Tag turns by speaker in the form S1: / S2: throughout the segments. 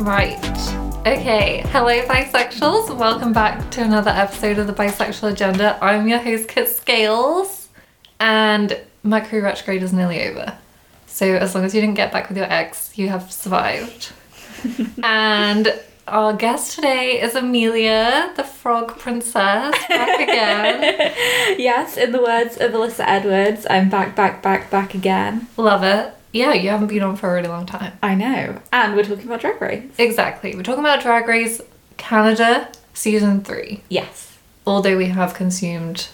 S1: Right. Okay. Hello, bisexuals. Welcome back to another episode of the Bisexual Agenda. I'm your host, Kit Scales, and Mercury retrograde is nearly over. So, as long as you didn't get back with your ex, you have survived. and our guest today is Amelia, the frog princess, back again.
S2: Yes, in the words of Alyssa Edwards, I'm back, back, back, back again.
S1: Love it. Yeah, you haven't been on for a really long time.
S2: I know. And we're talking about Drag Race.
S1: Exactly. We're talking about Drag Race Canada season three.
S2: Yes.
S1: although we have consumed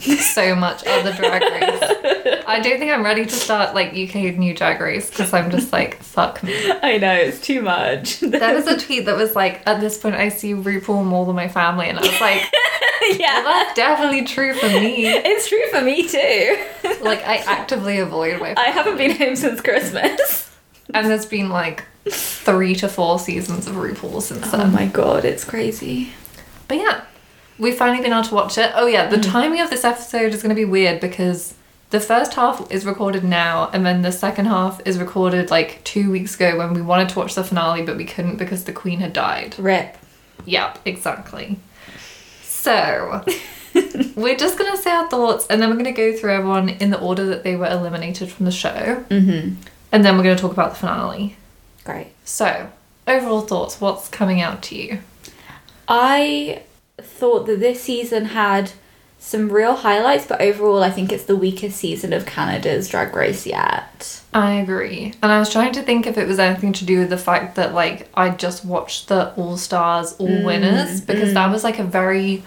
S1: so much other drag race i don't think i'm ready to start like uk new drag race because i'm just like fuck me
S2: I know, it's too much.
S1: there was a tweet that was like at this point i see rupaul more than my family and i was like well,
S2: yeah.
S1: that's definitely true for me
S2: It's true for me too.
S1: like i actively avoid my
S2: I haven't been home since Christmas.
S1: and there's been like three to four seasons of rupaul since
S2: Oh
S1: then
S2: my god, it's crazy.
S1: but yeah we've finally been able to watch it oh yeah the timing of this episode is going to be weird because the first half is recorded now and then the second half is recorded like two weeks ago when we wanted to watch the finale but we couldn't because the queen had died
S2: Rip.
S1: yep exactly so we're just going to say our thoughts and then we're going to go through everyone in the order that they were eliminated from the show
S2: Mm hmm.
S1: and then we're going to talk about the finale
S2: Great.
S1: so overall thoughts what's coming out to you
S2: I thought that this season had some real highlights, but overall, I think it's the weakest season of Canada's Drag Race yet.
S1: I agree. And I was trying to think if it was anything to do with the fact that like I just watched the All Stars, All
S2: Mm,
S1: Winners because that was like a very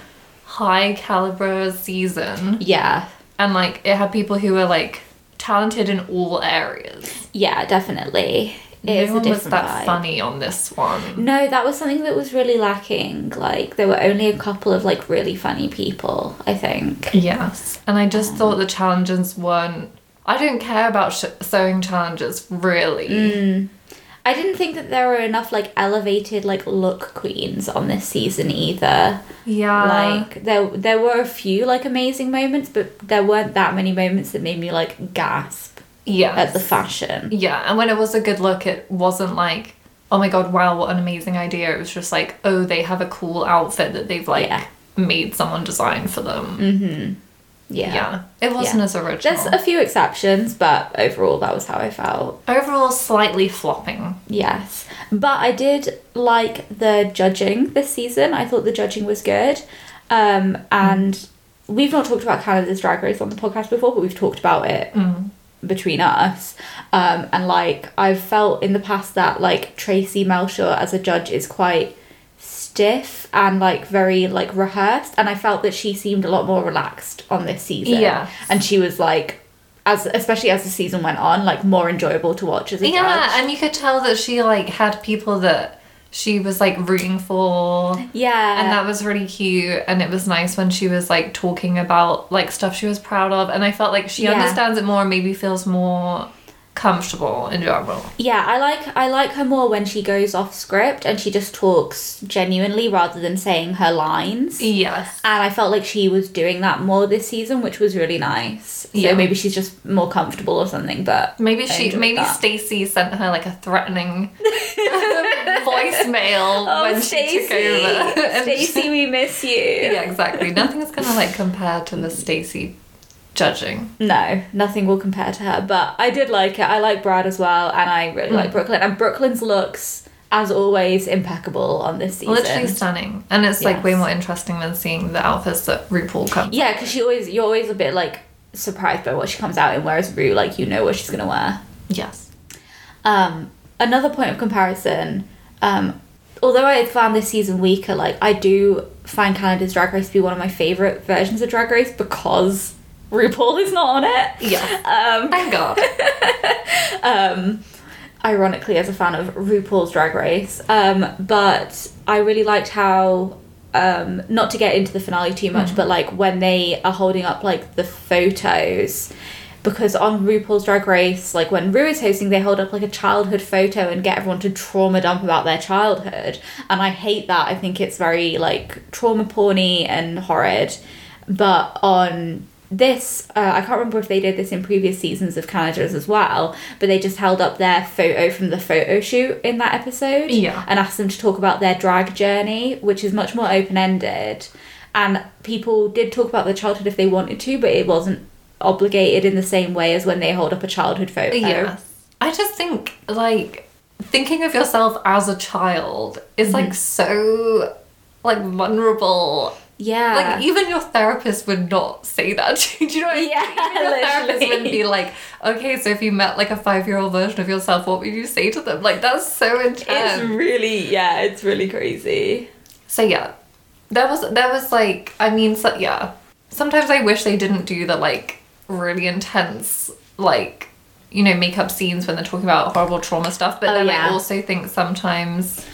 S1: high caliber season
S2: Yeah.
S1: and like it had people who were like talented in all areas.
S2: Yeah, definitely. It
S1: no
S2: is
S1: one
S2: a
S1: was
S2: different
S1: that
S2: vibe.
S1: funny on this one.
S2: No, that was something that was really lacking. Like there were only a couple of like really funny people, I think.
S1: Yes. And I just thought the challenges weren't I don't care about sh- sewing challenges really.
S2: Mm. I didn't think that there were enough like elevated like look queens on this season either.
S1: Yeah.
S2: like there there were a few like amazing moments, but there weren't that many moments that made me like gasp
S1: yeah.
S2: at the fashion.
S1: Yeah, and when it was a good look, it wasn't like, oh my god, wow, what an amazing idea. It was just like, oh, they have a cool outfit that they've like
S2: Yeah.
S1: made someone design for them.
S2: Yeah.
S1: Yeah, it wasn't
S2: Yeah.
S1: as original.
S2: There's a few exceptions, but overall that was how I felt.
S1: Overall, slightly flopping.
S2: Yes. But I did like the judging this season. I thought the judging was good. Um, and we've not talked about Canada's Drag Race on the podcast before, but we've talked about it
S1: Mm.
S2: between us. Um, and like, I've felt in the past that like Tracy Melchior as a judge is quite stiff and like very like rehearsed and i felt that she seemed a lot more relaxed on this season
S1: Yes.
S2: and she was like as especially as the season went on like more enjoyable to watch as a judge
S1: Yeah, and you could tell that she like had people that she was like rooting for.
S2: Yeah.
S1: And that was really cute, and it was nice when she was like talking about like stuff she was proud of, and I felt like she
S2: Yeah.
S1: understands it more and maybe feels more comfortable in general.
S2: yeah, I like I like her more when she goes off script and she just talks genuinely rather than saying her lines. And
S1: Yes.
S2: I felt like she was doing that more this season, which was really nice. So
S1: Yeah.
S2: maybe she's just more comfortable or something, but
S1: Maybe
S2: I
S1: she,
S2: enjoyed
S1: maybe
S2: that.
S1: Stacey sent her like a threatening voicemail
S2: Oh,
S1: when she took over. And she-
S2: Stacey, we miss you.
S1: yeah, exactly. Nothing's gonna like compare to the Stacey judging.
S2: No, nothing will compare to her, but I did like it. I like Brad as well, and I really
S1: Mm.
S2: like Brooklyn. And Brooklyn's looks, as always, impeccable on this season.
S1: Literally stunning, and it's like way
S2: Yes.
S1: more interesting than seeing the outfits that RuPaul comes.
S2: Yeah, because she always you're always a bit like surprised by what she comes out in, whereas Rue, like you know what she's gonna wear.
S1: Yes.
S2: Um, another point of comparison. Um, although I found this season weaker, like I do find Canada's Drag Race to be one of my favorite versions of Drag Race because RuPaul is not on it.
S1: Yes.
S2: Um,
S1: Thank God.
S2: ironically as a fan of RuPaul's Drag Race. Um, but I really liked how um, not to get into the finale too much, but like when they are holding up like the photos. Because on RuPaul's Drag Race, like when Ru is hosting, they hold up like a childhood photo and get everyone to trauma dump about their childhood. And I hate that. I think it's very like trauma porny and horrid. But on this, uh, I can't remember if they did this in previous seasons of Canada's as well, but they just held up their photo from the photo shoot in that episode
S1: Yeah.
S2: and asked them to talk about their drag journey, which is much more open ended. And people did talk about their childhood if they wanted to, but it wasn't obligated in the same way as when they hold up a childhood photo.
S1: Yes. I just think like thinking of yourself as a child is
S2: Mm-hmm.
S1: like so like vulnerable.
S2: Yeah.
S1: Like even your therapist would not say that to you. Do you know what I mean?
S2: Yeah,
S1: Even your therapist
S2: literally.
S1: wouldn't be like, okay, so if you met like a five year old version of yourself, what would you say to them? Like that's so intense.
S2: it's really, yeah, it's really crazy.
S1: So yeah, that was that was like I mean so yeah. Sometimes I wish they didn't do the like really intense like you know makeup scenes when they're talking about horrible trauma stuff. But
S2: Oh,
S1: then
S2: yeah.
S1: I also think sometimes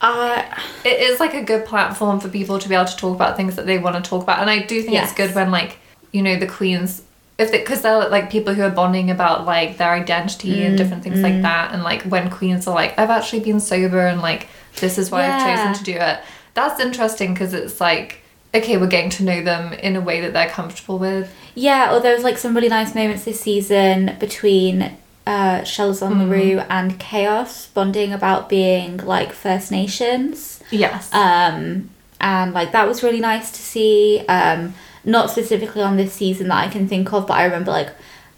S2: Uh,
S1: it is like a good platform for people to be able to talk about things that they want to talk about. And I do think
S2: Yes.
S1: it's good when like you know the queens. If because they, are like people who are bonding about like their identity
S2: Mm,
S1: and different things like that, and like when queens are like, I've actually been sober and like this is why I've
S2: Yeah.
S1: chosen to do it. That's interesting because it's like okay, we're getting to know them in a way that they're comfortable with.
S2: Yeah, or there was like some really nice moments this season between uh, Shells on LaRue and Chaos bonding about being like First Nations.
S1: Yes.
S2: Um, and like that was really nice to see. Um, not specifically on this season that I can think of, but I remember like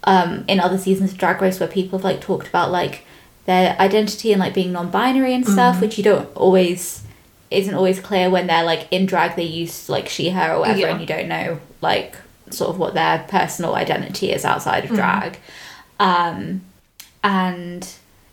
S2: um, in other seasons of Drag Race where people have like talked about like their identity and like being non binary and stuff, which you don't always isn't always clear when they're like in drag they use like she her or whatever
S1: Yeah.
S2: and you don't know like sort of what their personal identity is outside of drag um and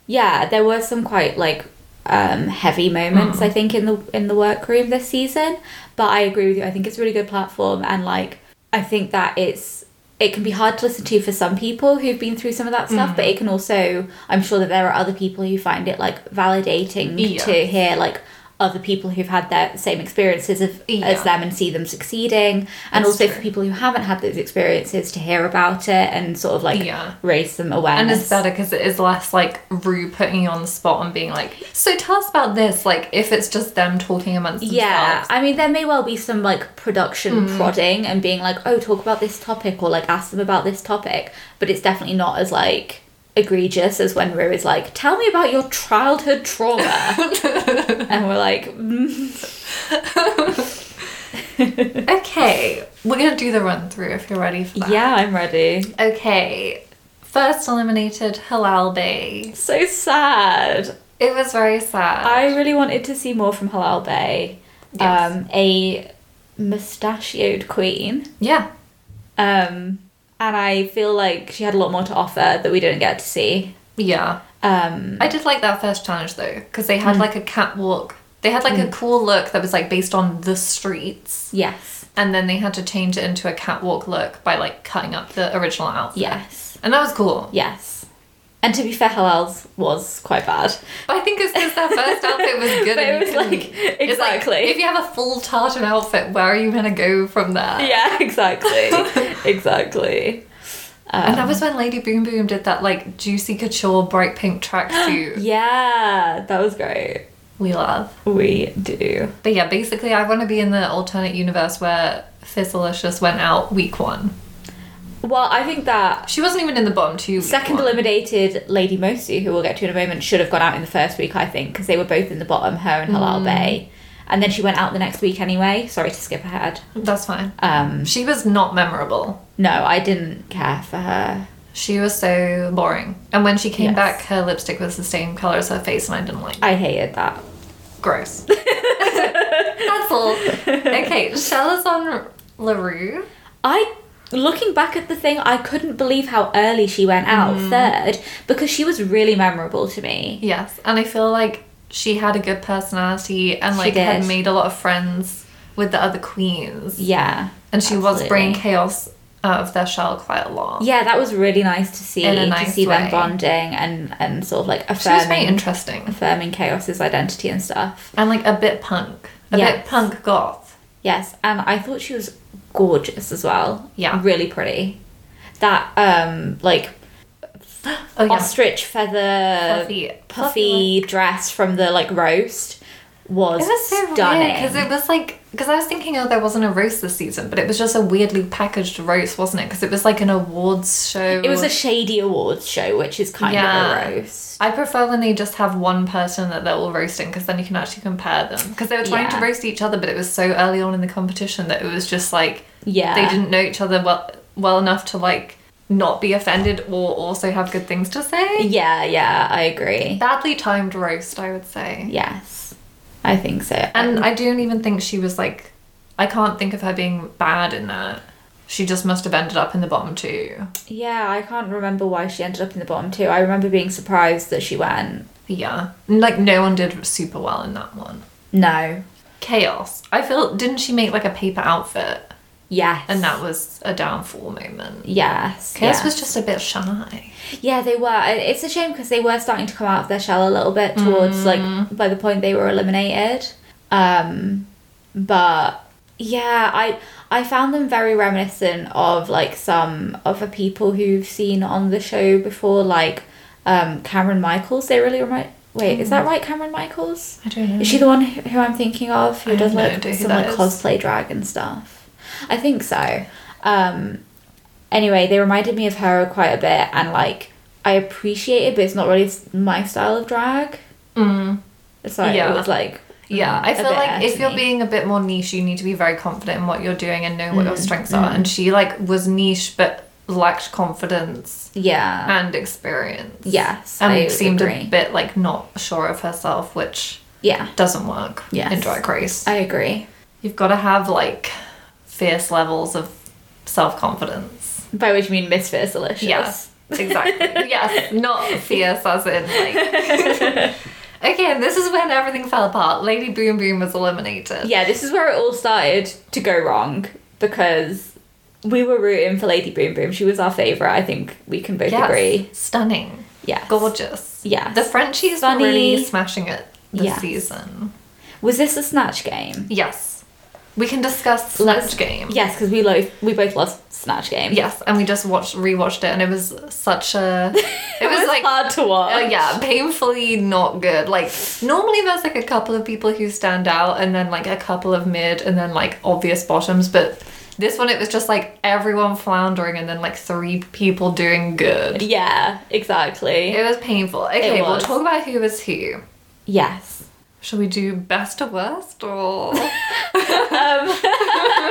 S2: yeah there were some quite like um heavy moments
S1: Mm.
S2: i think in the in the workroom this season but i agree with you i think it's a really good platform and like i think that it's it can be hard to listen to for some people who've been through some of that stuff but
S1: Mm.
S2: it can also i'm sure that there are other people who find it like validating
S1: Yeah.
S2: to hear like other people who've had their same experiences of,
S1: Yeah.
S2: as them and see them succeeding and
S1: That's
S2: also
S1: true.
S2: for people who haven't had those experiences to hear about it and sort of like
S1: Yeah.
S2: raise some
S1: and
S2: awareness
S1: it's better because it is less like Rue putting you on the spot and being like, "So tell us about this." Like if it's just them talking amongst themselves.
S2: yeah i mean there may well be some like production prodding and being like oh talk about this topic or like ask them about this topic but it's definitely not as like egregious as when Rue is like tell me about your childhood trauma and we're like "Mm,
S1: Okay, we're gonna do the run through if you're ready for that.
S2: yeah i'm ready
S1: Okay, first eliminated Halal Bay.
S2: so sad
S1: It was very sad.
S2: I really wanted to see more from Halal Bay.
S1: Yes.
S2: Um, a mustachioed queen.
S1: yeah,
S2: Um, and I feel like she had a lot more to offer that we didn't get to see.
S1: yeah.
S2: Um, Hmm.
S1: I did like that first challenge though because they had like a catwalk. They had like a cool look that was like based on the streets,
S2: yes.
S1: and then they had to change it into a catwalk look by like cutting up the original outfit.
S2: Yes.
S1: and that was cool.
S2: Yes. And to be fair, Halal's was quite bad.
S1: But I think it's because their first outfit was good.
S2: But
S1: and
S2: it
S1: you
S2: was,
S1: couldn't-
S2: like,
S1: it's like,
S2: exactly.
S1: if you have a full tartan outfit, where are you gonna go from there?
S2: Yeah, exactly. exactly.
S1: and that was when Lady Boom Boom did that like juicy couture bright pink tracksuit
S2: Yeah, that was great.
S1: we love.
S2: We do.
S1: But yeah, basically, I want to be in the alternate universe where Fizzalicious went out week one.
S2: Well, I think that
S1: She wasn't even in the bottom two. Week
S2: Second
S1: one.
S2: eliminated Lady Mosu, who we'll get to in a moment, should have gone out in the first week, I think, because they were both in the bottom, her and Halal Bay. And then she went out the next week anyway. Sorry to skip ahead.
S1: That's fine.
S2: Um,
S1: She was not memorable.
S2: no, I didn't care for her.
S1: She was so boring. And when she came
S2: Yes.
S1: back, her lipstick was the same color as her face, and I didn't like. it.
S2: I hated that.
S1: Gross. That's all. Okay, Shell is on Larue.
S2: I, looking back at the thing, I couldn't believe how early she went out
S1: Mm.
S2: third because she was really memorable to me.
S1: Yes, and I feel like she had a good personality and
S2: She
S1: like had
S2: did.
S1: made a lot of friends with the other queens.
S2: Yeah.
S1: and she was bringing
S2: absolutely.
S1: chaos out of their shell quite a lot.
S2: Yeah, that was really nice to see.
S1: In a nice
S2: to see
S1: way.
S2: them bonding and, and sort of like
S1: She was very
S2: affirming,
S1: interesting
S2: affirming Chaos's identity and stuff.
S1: and like a bit punk, a bit
S2: Yes.
S1: punk goth.
S2: Yes, and I thought she was gorgeous as well.
S1: Yeah.
S2: Really pretty. That um like
S1: Oh yeah,
S2: ostrich feather
S1: Puffy-
S2: puffy,
S1: puffy-like.
S2: dress from the like roast was,
S1: It was so
S2: stunning.
S1: because it was like because I was thinking, oh, there wasn't a roast this season, but it was just a weirdly packaged roast, wasn't it? Because it was like an awards show.
S2: It was a shady awards show, which is kind
S1: Yeah.
S2: of a roast.
S1: I prefer when they just have one person that they're all roasting because then you can actually compare them. Because they were trying to
S2: Yeah.
S1: roast each other, but it was so early on in the competition that it was just like
S2: Yeah.
S1: they didn't know each other well well enough to like not be offended or also have good things to say.
S2: Yeah, yeah, I agree.
S1: Badly timed roast, I would say.
S2: Yes, I think so.
S1: And I don't even think she was like, I can't think of her being bad in that. She just must have ended up in the bottom two.
S2: yeah, I can't remember why she ended up in the bottom two. I remember being surprised that she went.
S1: Yeah. Like, no one did super well in that one.
S2: No.
S1: Chaos. I feel, didn't she make like a paper outfit?
S2: Yes.
S1: And that was a downfall moment.
S2: Yes.
S1: Chaos
S2: yeah.
S1: was just a bit shy.
S2: Yeah, they were. And It's a shame because they were starting to come out of their shell a little bit towards like by the point they were eliminated. Um, but yeah, I I found them very reminiscent of like some other people who've seen on the show before, like um, Cameron Michaels. They really remind. Wait, is that right, Cameron Michaels?
S1: I don't know.
S2: Is she the one who who I'm thinking of who
S1: I
S2: does
S1: have no
S2: like
S1: idea who
S2: some
S1: that
S2: like
S1: is.
S2: cosplay drag and stuff? I think so. Um, anyway, they reminded me of her quite a bit, and like I appreciate it, but it's not really s- my style of drag.
S1: Mm.
S2: It's like
S1: Yeah.
S2: it was like
S1: Yeah, I
S2: a
S1: feel
S2: bit
S1: like
S2: to
S1: if you're
S2: me.
S1: being a bit more niche, you need to be very confident in what you're doing and know what
S2: Mm-hmm.
S1: your strengths are. And she like was niche but lacked confidence
S2: yeah
S1: and experience.
S2: yes
S1: and
S2: I
S1: seemed
S2: agree.
S1: a bit like not sure of herself, which
S2: yeah
S1: doesn't work
S2: Yes.
S1: in drag race.
S2: I agree.
S1: You've got to have like fierce levels of self confidence.
S2: By which you mean Miss Fair Delicious?
S1: Yes, exactly. yes, not fierce as in like. okay, and this is when everything fell apart. Lady Boom Boom was eliminated.
S2: Yeah, this is where it all started to go wrong because we were rooting for Lady Boom Boom. She was our favorite. I think we can both
S1: Yes,
S2: agree.
S1: stunning,
S2: Yes.
S1: gorgeous.
S2: Yes.
S1: the Frenchies were
S2: Funny.
S1: really smashing it this
S2: Yes.
S1: season.
S2: Was this a snatch game?
S1: Yes, we can discuss
S2: Let's-
S1: Snatch Game.
S2: Yes, because we lo- we both loved snatch game.
S1: Yes, and we just watched rewatched it, and it was such a. It,
S2: it was,
S1: was, like.
S2: hard to watch.
S1: Oh yeah, painfully not good. Like normally there's like a couple of people who stand out and then like a couple of mid and then like obvious bottoms, but this one it was just like everyone floundering and then like three people doing good.
S2: Yeah, exactly.
S1: It was painful. Okay,
S2: was.
S1: we'll talk about who was who.
S2: Yes.
S1: Shall we do best to worst or
S2: Um,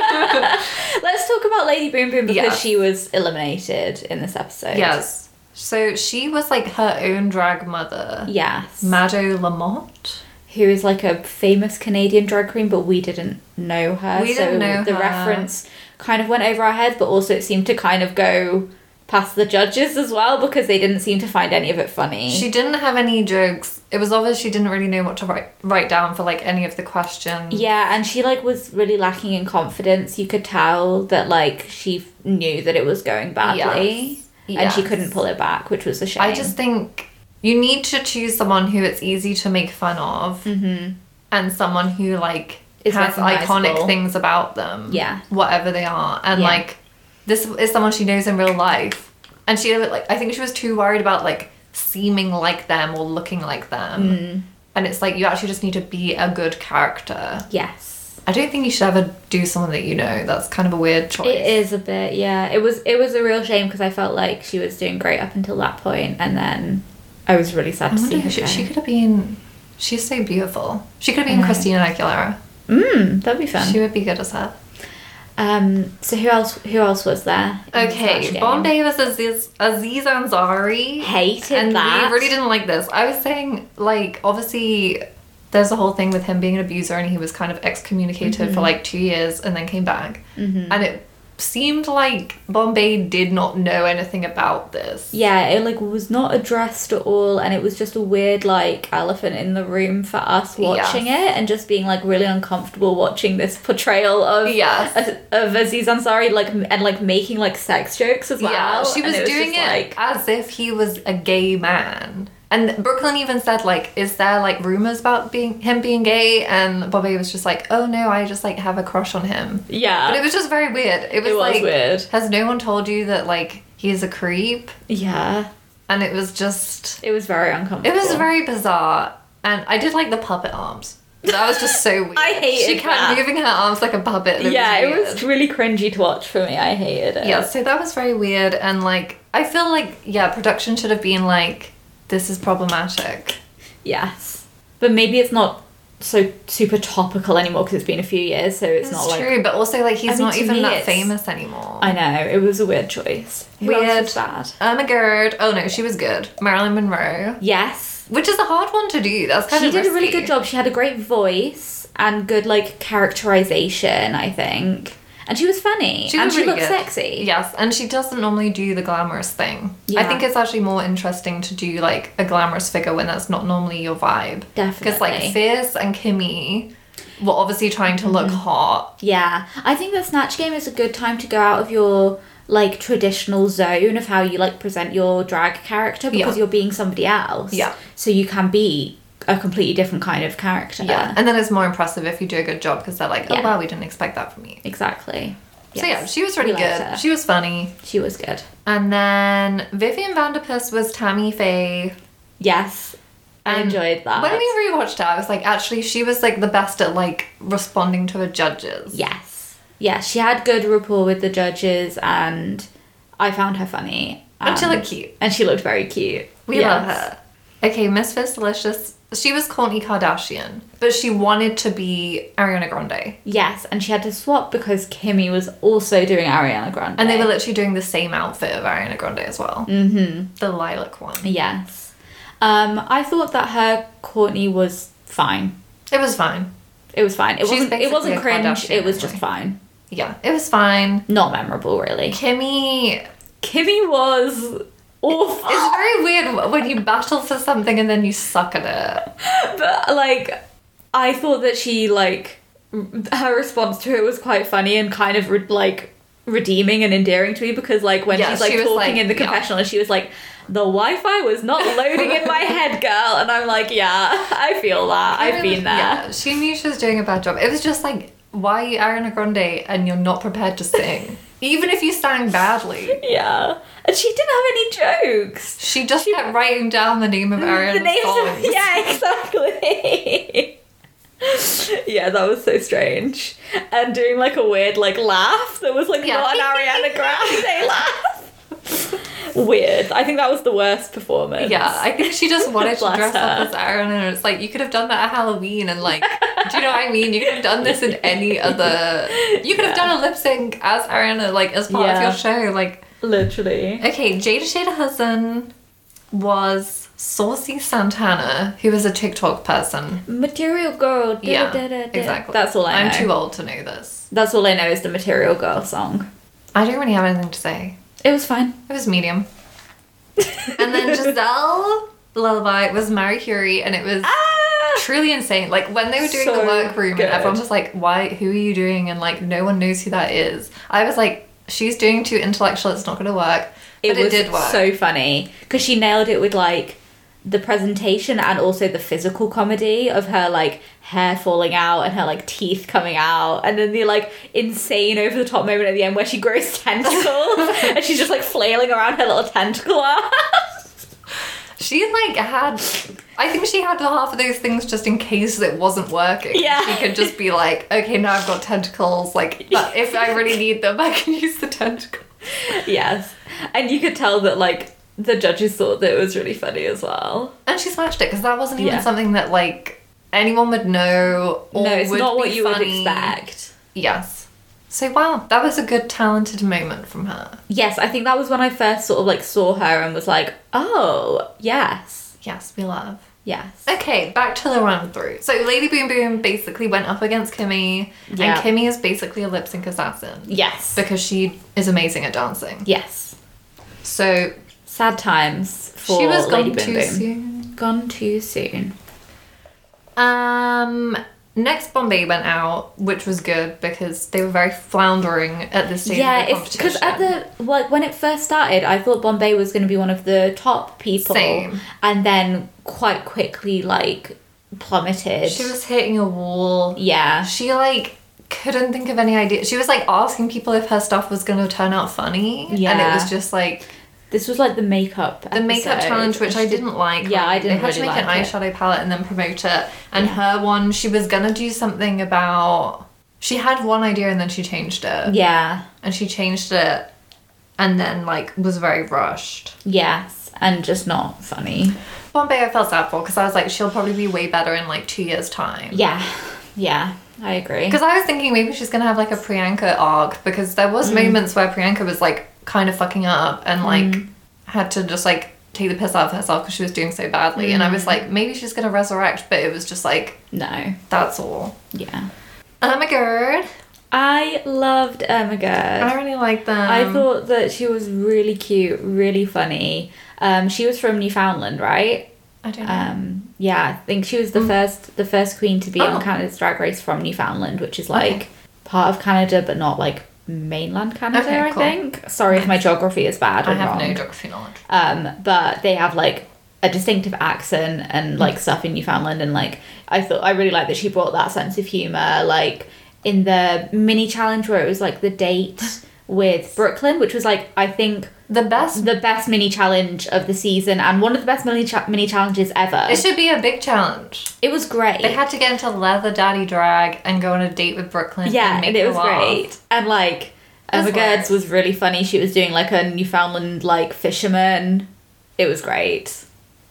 S2: Let's talk about Lady Boom Boom because
S1: Yes.
S2: she was eliminated in this episode.
S1: Yes. So she was like her own drag mother.
S2: Yes.
S1: Mado Lamont.
S2: who is like a famous Canadian drag queen, but we didn't know her.
S1: We didn't know
S2: the
S1: her.
S2: reference kind of went over our heads, but also it seemed to kind of go past the judges as well because they didn't seem to find any of it funny.
S1: She didn't have any jokes. It was obvious she didn't really know what to write write down for like any of the questions.
S2: yeah, and she like was really lacking in confidence. You could tell that like she f- knew that it was going badly. And she
S1: Yes.
S2: couldn't pull it back, which was a shame.
S1: I just think you need to choose someone who it's easy to make fun of, and someone who like
S2: Mm-hmm. Is
S1: has iconic
S2: recognisable.
S1: things about them.
S2: Yeah.
S1: whatever they are, and
S2: Yeah.
S1: like this is someone she knows in real life, and she like I think she was too worried about like seeming like them or looking like them.
S2: Mm.
S1: And it's like you actually just need to be a good character.
S2: yes.
S1: I don't think you should ever do someone that you know. That's kind of a weird choice.
S2: It is a bit, yeah. It was it was a real shame because I felt like she was doing great up until that point, and then I was really sad
S1: I
S2: to see
S1: wonder
S2: her.
S1: who she,
S2: go.
S1: she could have been. She's so beautiful. She could have
S2: Mm-hmm.
S1: been Christina Aguilera.
S2: Mm, that'd be fun.
S1: She would be good as that.
S2: um, so who else? Who else was there? in the Smash
S1: Okay,
S2: game?
S1: Bombay was Aziz, Aziz Ansari.
S2: Hated
S1: and
S2: that.
S1: we really didn't like this. I was saying, like, obviously, there's a whole thing with him being an abuser, and he was kind of excommunicated
S2: Mm-hmm.
S1: for like two years, and then came back. And it seemed like Bombay did not know anything about this.
S2: Yeah, it like was not addressed at all, and it was just a weird like elephant in the room for us watching it, and just being like really uncomfortable watching this portrayal of
S1: Yes.
S2: of Aziz Ansari like m- and like making like sex jokes as well.
S1: Yeah, she
S2: and
S1: was,
S2: just
S1: doing it as if he was a gay man. And Brooklyn even said, like, is there like rumors about being him being gay? And Bobby was just like, oh no, I just like have a crush on him.
S2: yeah,
S1: But it was just very weird. It was,
S2: It was
S1: like,
S2: weird.
S1: has no one told you that like he is a creep?
S2: yeah.
S1: And it was just,
S2: It was very
S1: it
S2: uncomfortable.
S1: was very bizarre. And I did like the puppet arms. That was just so weird.
S2: I hated
S1: She kept
S2: that.
S1: moving her arms like a puppet. and
S2: yeah, it
S1: weird.
S2: was really cringy to watch for me. I hated it.
S1: Yeah, so that was very weird and like I feel like yeah, production should have been like this is problematic.
S2: Yes. But maybe it's not so super topical anymore because it's been a few years, so it's,
S1: It's
S2: not like.
S1: true, but also like he's
S2: I mean,
S1: not
S2: to
S1: even
S2: me,
S1: that
S2: it's-
S1: famous anymore.
S2: I know it was a weird choice. Who else
S1: Weird.
S2: was bad?
S1: Irma Gerd. Oh no, she was good. Marilyn Monroe,
S2: Yes.
S1: which is a hard one to do. That's kind
S2: she
S1: of
S2: did a really
S1: risky.
S2: good job. She had a great voice and good like characterization, I think. And she was funny.
S1: She
S2: and
S1: was
S2: she
S1: really good.
S2: looked sexy.
S1: Yes, and she doesn't normally do the glamorous thing. I
S2: Yeah.
S1: think it's actually more interesting to do like a glamorous figure when that's not normally your vibe. Because
S2: Definitely.
S1: like Fierce and Kimmy were obviously trying to
S2: Mm-hmm.
S1: look hot.
S2: Yeah. I think the Snatch Game is a good time to go out of your like traditional zone of how you like present your drag character because
S1: Yeah.
S2: you're being somebody else.
S1: Yeah.
S2: So you can be a completely different kind of character.
S1: Yeah. And then it's more impressive if you do a good job because they're like, oh
S2: Yeah.
S1: wow, we didn't expect that from you.
S2: Exactly.
S1: So yeah,
S2: Yes.
S1: she was really
S2: We liked
S1: good.
S2: her.
S1: She was funny.
S2: She was good.
S1: And then Vivian Vanderpuss was Tammy Faye.
S2: Yes. I
S1: And
S2: enjoyed that.
S1: Um, When we rewatched her, I was like, actually, she was like the best at like responding to her judges.
S2: Yes. Yeah, she had good rapport with the judges and I found her funny.
S1: And she
S2: Um,
S1: looked cute.
S2: And she looked very cute.
S1: We love her. Okay, Miss Fist Delicious. She was Kourtney Kardashian, but she wanted to be Ariana Grande.
S2: Yes, and she had to swap because Kimmy was also doing Ariana Grande.
S1: And they were literally doing the same outfit of Ariana Grande as well. Mm-hmm. The lilac one.
S2: Yes. Um, I thought that her Courtney was fine.
S1: It was fine.
S2: It was fine. It
S1: She's
S2: wasn't it wasn't
S1: basically a
S2: cringe,
S1: Kardashian
S2: it was
S1: anyway.
S2: just fine.
S1: Yeah, it was fine.
S2: Not memorable really.
S1: Kimmy
S2: Kimmy was awful.
S1: It's very weird when you battle for something and then you suck at it.
S2: But like, I thought that she like her response to it was quite funny and kind of re- like redeeming and endearing to me because like when
S1: Yeah,
S2: she's like
S1: she was,
S2: talking
S1: like,
S2: in the
S1: yeah.
S2: confessional and she was like the Wi-Fi was not loading in my head, girl, and I'm like, yeah, I feel that. I've been there.
S1: Yeah, she knew she was doing a bad job. It was just like, why are you Ariana Grande and you're not prepared to sing? Even if you sang badly.
S2: Yeah. and she didn't have any jokes.
S1: She just kept writing down the name of Ariana's
S2: the names
S1: songs.
S2: of yeah exactly yeah that was so strange and doing like a weird like laugh that was like
S1: Yeah.
S2: not an ariana grande laugh weird i think that was the worst performance
S1: Yeah, I think she just wanted to
S2: Bless
S1: dress
S2: her.
S1: up as Ariana. and it's like you could have done that at Halloween and like, do you know what I mean? You could have done this in any other. You could have done a lip sync as Ariana, like as part
S2: Yeah.
S1: of your show. Like,
S2: literally
S1: okay, Jada Shada Hudson was Saucy Santana, who is a TikTok person.
S2: material girl da-
S1: Yeah,
S2: da- da- da.
S1: exactly.
S2: that's all i know
S1: I'm too old to know this.
S2: that's all i know is the material girl song
S1: I don't really have anything to say.
S2: it was fine
S1: It was medium. And then Giselle Lullaby was Mary Curie, and it was.
S2: ah!
S1: truly insane. Like when they were doing
S2: So
S1: the workroom
S2: good.
S1: and everyone was like, Why who are you doing? And like no one knows who that is. I was like, She's doing too intellectual, it's not gonna work.
S2: it
S1: but
S2: was
S1: it did work.
S2: so funny because she nailed it with like the presentation and also the physical comedy of her like hair falling out and her like teeth coming out and then the like insane over the top moment at the end where she grows tentacles and she's just like flailing around her little tentacle arm.
S1: she like had I think she had half of those things just in case it wasn't working.
S2: Yeah.
S1: She could just be like, Okay, now I've got tentacles, like but if I really need them I can use the tentacles.
S2: yes. And you could tell that like the judges thought that it was really funny as well.
S1: And she smashed it because that wasn't even
S2: Yeah.
S1: something that like anyone would know or
S2: no, it's
S1: would
S2: not
S1: be
S2: what you would
S1: funny.
S2: expect.
S1: Yes. So wow, that was a good talented moment from her.
S2: Yes, I think that was when I first sort of like saw her and was like, oh, yes,
S1: Yes, we love.
S2: yes.
S1: Okay, back to the run through. So Lady Boom Boom basically went up against Kimmy,
S2: Yeah.
S1: and Kimmy is basically a lip sync assassin
S2: Yes.
S1: because she is amazing at dancing.
S2: Yes.
S1: So
S2: Sad times for
S1: she was
S2: Lady
S1: gone
S2: Boom
S1: too
S2: Boom.
S1: soon.
S2: Gone too soon.
S1: Um, next Bombay went out, which was good because they were very floundering at this stage.
S2: yeah,
S1: of the
S2: it's because at
S1: competition.
S2: the like when it first started, I thought Bombay was going to be one of the top people,
S1: Same.
S2: and then quite quickly like plummeted.
S1: she was hitting a wall.
S2: yeah,
S1: She like couldn't think of any idea. She was like asking people if her stuff was gonna turn out funny, and
S2: Yeah.
S1: it was just like
S2: This was like the makeup.
S1: the makeup
S2: episode.
S1: challenge, which
S2: She
S1: I
S2: did-
S1: didn't like.
S2: Yeah,
S1: like,
S2: I didn't
S1: They had to
S2: really
S1: make an
S2: like it.
S1: eyeshadow palette and then promote it. And her one, she was gonna do something about. She had one idea and then she changed it.
S2: Yeah.
S1: And she changed it, and then like was very rushed.
S2: Yes, and just not funny.
S1: Bombay, I felt sad for because I was like, she'll probably be way better in like two years' time.
S2: Yeah, yeah, I agree.
S1: Because I was thinking maybe she's gonna have like a Priyanka arc because there was
S2: Mm.
S1: moments where Priyanka was like kind of fucking up and like
S2: Mm.
S1: had to just like take the piss out of herself because she was doing so badly. And I
S2: Mm.
S1: was like, maybe she's gonna resurrect, but it was just like
S2: No,
S1: that's all.
S2: yeah,
S1: Oh my god,
S2: I loved Emma Gerd.
S1: I really like them.
S2: I thought that she was really cute, really funny. Um, she was from Newfoundland, right?
S1: I don't know.
S2: Um, yeah, I think she was the first, the first queen to be
S1: Mm. Oh.
S2: on Canada's Drag Race from Newfoundland, which is like part of Canada, but not like mainland Canada.
S1: Okay,
S2: I
S1: cool.
S2: think. Sorry if my geography is bad.
S1: I
S2: and
S1: have
S2: wrong.
S1: no geography knowledge.
S2: um, but they have like a distinctive accent and
S1: Mm.
S2: like stuff in Newfoundland and like I thought I really liked that she brought that sense of humor like in the mini challenge where it was like the date with Brooklyn which was like I think
S1: The best.
S2: the best mini challenge of the season and one of the best mini, cha- mini challenges ever
S1: It should be a big challenge.
S2: it was great
S1: They had to get into leather daddy drag and go on a date with Brooklyn.
S2: yeah
S1: and, make
S2: and it
S1: her
S2: was
S1: laugh.
S2: great and like
S1: was
S2: Emma Gerds
S1: hilarious.
S2: was really funny she was doing like a Newfoundland like fisherman it was great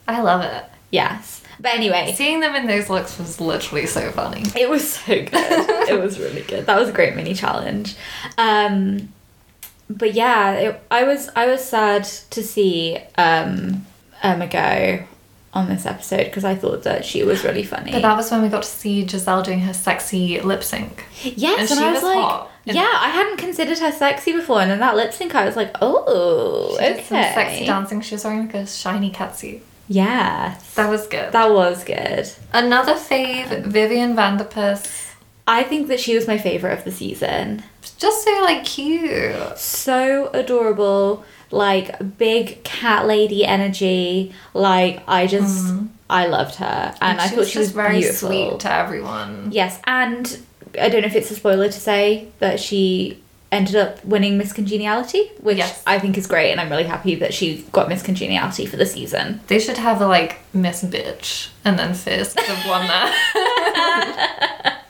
S1: I love it.
S2: yes but anyway
S1: Seeing them in those looks was literally so funny.
S2: It was so good. it was really good. That was a great mini challenge. Um, but yeah, it, I was I was sad to see um, Emma go on this episode because I thought that she was really funny.
S1: But that was when we got to see Giselle doing her sexy lip sync. and
S2: yes, and,
S1: she
S2: I
S1: was
S2: was, like,
S1: hot in
S2: yeah, I hadn't considered her sexy before, and then that lip sync, I was like, oh,
S1: She
S2: okay,
S1: did some sexy dancing. She was wearing like a shiny catsuit.
S2: yeah,
S1: That was good.
S2: that was good.
S1: Another fave, Vivian Vanderpuss.
S2: I think that she was my favorite of the season.
S1: Just so like cute.
S2: so adorable like big cat lady energy like i just i loved her and, i
S1: Mm. she
S2: thought she was
S1: just very
S2: beautiful.
S1: sweet to everyone.
S2: yes and i don't know if it's a spoiler to say that she ended up winning miss congeniality which
S1: Yes.
S2: i think is great and i'm really happy that she got miss congeniality for the season
S1: They should have a like Miss Bitch and then Fierce could have won that.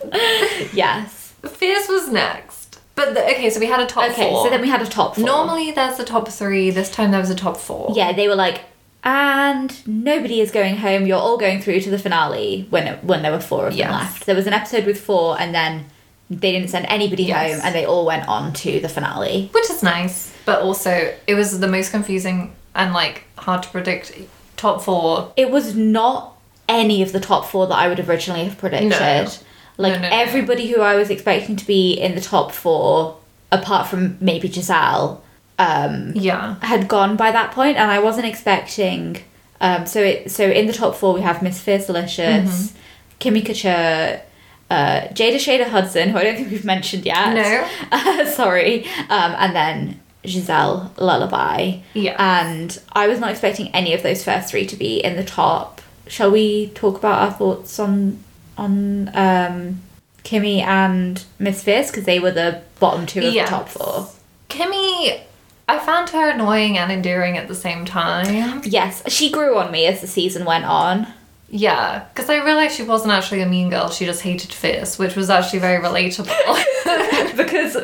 S2: yes
S1: Fierce was next. But the, okay, so we had a top
S2: okay
S1: four.
S2: so then we had a top four
S1: Normally there's a top three. This time there was a top four.
S2: yeah they were like and nobody is going home you're all going through to the finale when it, when there were four of
S1: Yes.
S2: them left there was an episode with four and then they didn't send anybody
S1: Yes.
S2: home and they all went on to the finale
S1: which is nice but also it was the most confusing and like hard to predict top four
S2: it was not any of the top four that i would originally have predicted
S1: No.
S2: like
S1: No, no, no.
S2: everybody who i was expecting to be in the top four apart from maybe giselle um,
S1: yeah
S2: had gone by that point and I wasn't expecting um so it so in the top four we have Miss Fierce Delicious,
S1: Mm-hmm.
S2: Kimmy Couture, uh Jada Shader Hudson, who I don't think we've mentioned yet.
S1: No.
S2: Uh, sorry. Um and then Giselle Lullaby.
S1: Yeah.
S2: And I was not expecting any of those first three to be in the top. Shall we talk about our thoughts on on um Kimmy and Miss Fierce because they were the bottom two of
S1: Yes.
S2: the top four.
S1: kimmy i found her annoying and endearing at the same time
S2: Yes, she grew on me as the season went on.
S1: yeah because i realized she wasn't actually a mean girl she just hated fierce which was actually very relatable
S2: because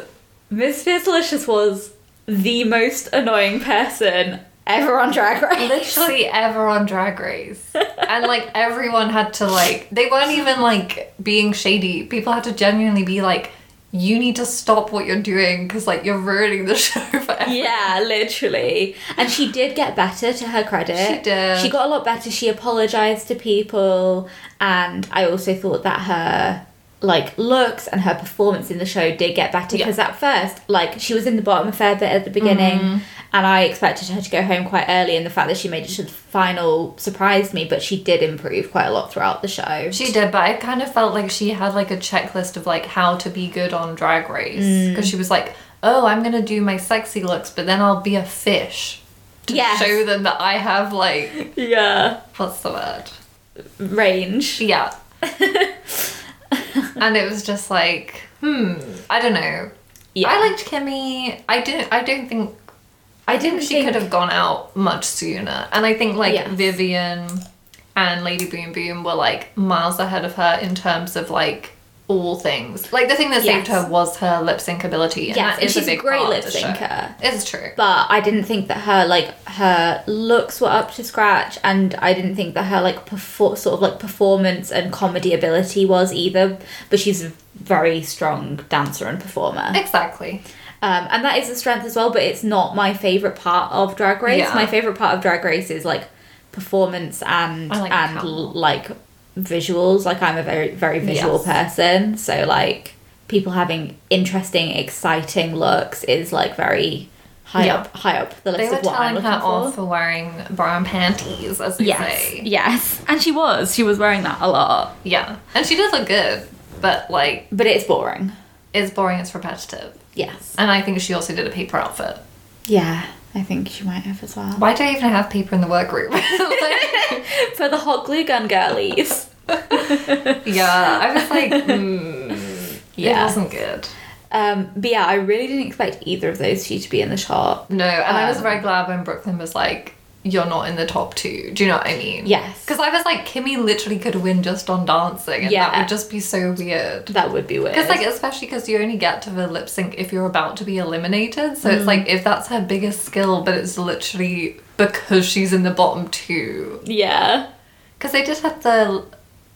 S2: Miss Fizzlicious was the most annoying person ever on Drag Race.
S1: literally ever on drag race and like everyone had to like they weren't even like being shady people had to genuinely be like you need to stop what you're doing because like you're ruining the show for everyone.
S2: Yeah, literally. And she did get better to her credit.
S1: She did.
S2: She got a lot better. She apologized to people and I also thought that her like looks and her performance in the show did get better because at first like she was in the bottom a fair bit at the beginning
S1: Mm-hmm.
S2: and I expected her to go home quite early and the fact that she made it to the final surprised me but she did improve quite a lot throughout the show.
S1: She did, but I kind of felt like she had like a checklist of like how to be good on Drag Race because she was like, "Oh, I'm gonna do my sexy looks, but then I'll be a fish to
S2: Yes.
S1: show them that I have like
S2: yeah.
S1: what's the word?
S2: Range.
S1: Yeah." and it was just like, hmm, I don't know.
S2: Yeah.
S1: I liked Kimmy. I didn't. I don't think. I, think
S2: don't
S1: she could have gone out much sooner. And I think like
S2: Yes.
S1: Vivian and Lady Boom Boom were like miles ahead of her in terms of like all things. Like the thing that saved
S2: Yes.
S1: her was her lip sync ability. And
S2: Yes,
S1: that
S2: and
S1: is
S2: she's
S1: a
S2: a
S1: big
S2: great
S1: part
S2: lip
S1: of the show.
S2: syncer.
S1: It's true.
S2: but I didn't think that her like her looks were up to scratch, and I didn't think that her like perfor- sort of like performance and comedy ability was either. But she's a very strong dancer and performer,
S1: Exactly.
S2: um, and that is a strength as well. But it's not my favorite part of Drag Race.
S1: Yeah.
S2: My favorite part of Drag Race is like performance and
S1: I like
S2: and
S1: the
S2: l- like visuals. Like I'm a very very visual person, so like people having interesting, exciting looks is like very. High
S1: Yeah.
S2: up, high up the list
S1: They were
S2: of what I'm
S1: telling
S2: looking
S1: her
S2: for.
S1: off for wearing bra and panties, as they
S2: Yes.
S1: say.
S2: Yes. And she was. She was wearing that a lot.
S1: Yeah. And she does look good, but like
S2: But it's boring.
S1: it's boring, it's repetitive.
S2: Yes.
S1: And I think she also did a paper outfit.
S2: Yeah. I think she might have as well.
S1: Why do I even have paper in the workroom? Like-
S2: For the hot glue gun girlies.
S1: Yeah, I was like, mm, it
S2: Yeah.
S1: wasn't good.
S2: Um, but yeah, I really didn't expect either of those two to be in the shot.
S1: No, and I was
S2: Um,
S1: very glad when Brooklyn was like, "You're not in the top two. Do you know what I mean?
S2: Yes.
S1: Because I was like, Kimmy literally could win just on dancing, and that
S2: Yeah.
S1: would just be so weird.
S2: That would be weird.
S1: Because like, especially because you only get to the lip sync if you're about to be eliminated. So
S2: Mm.
S1: it's like if that's her biggest skill, but it's literally because she's in the bottom two.
S2: yeah.
S1: Because they did have the.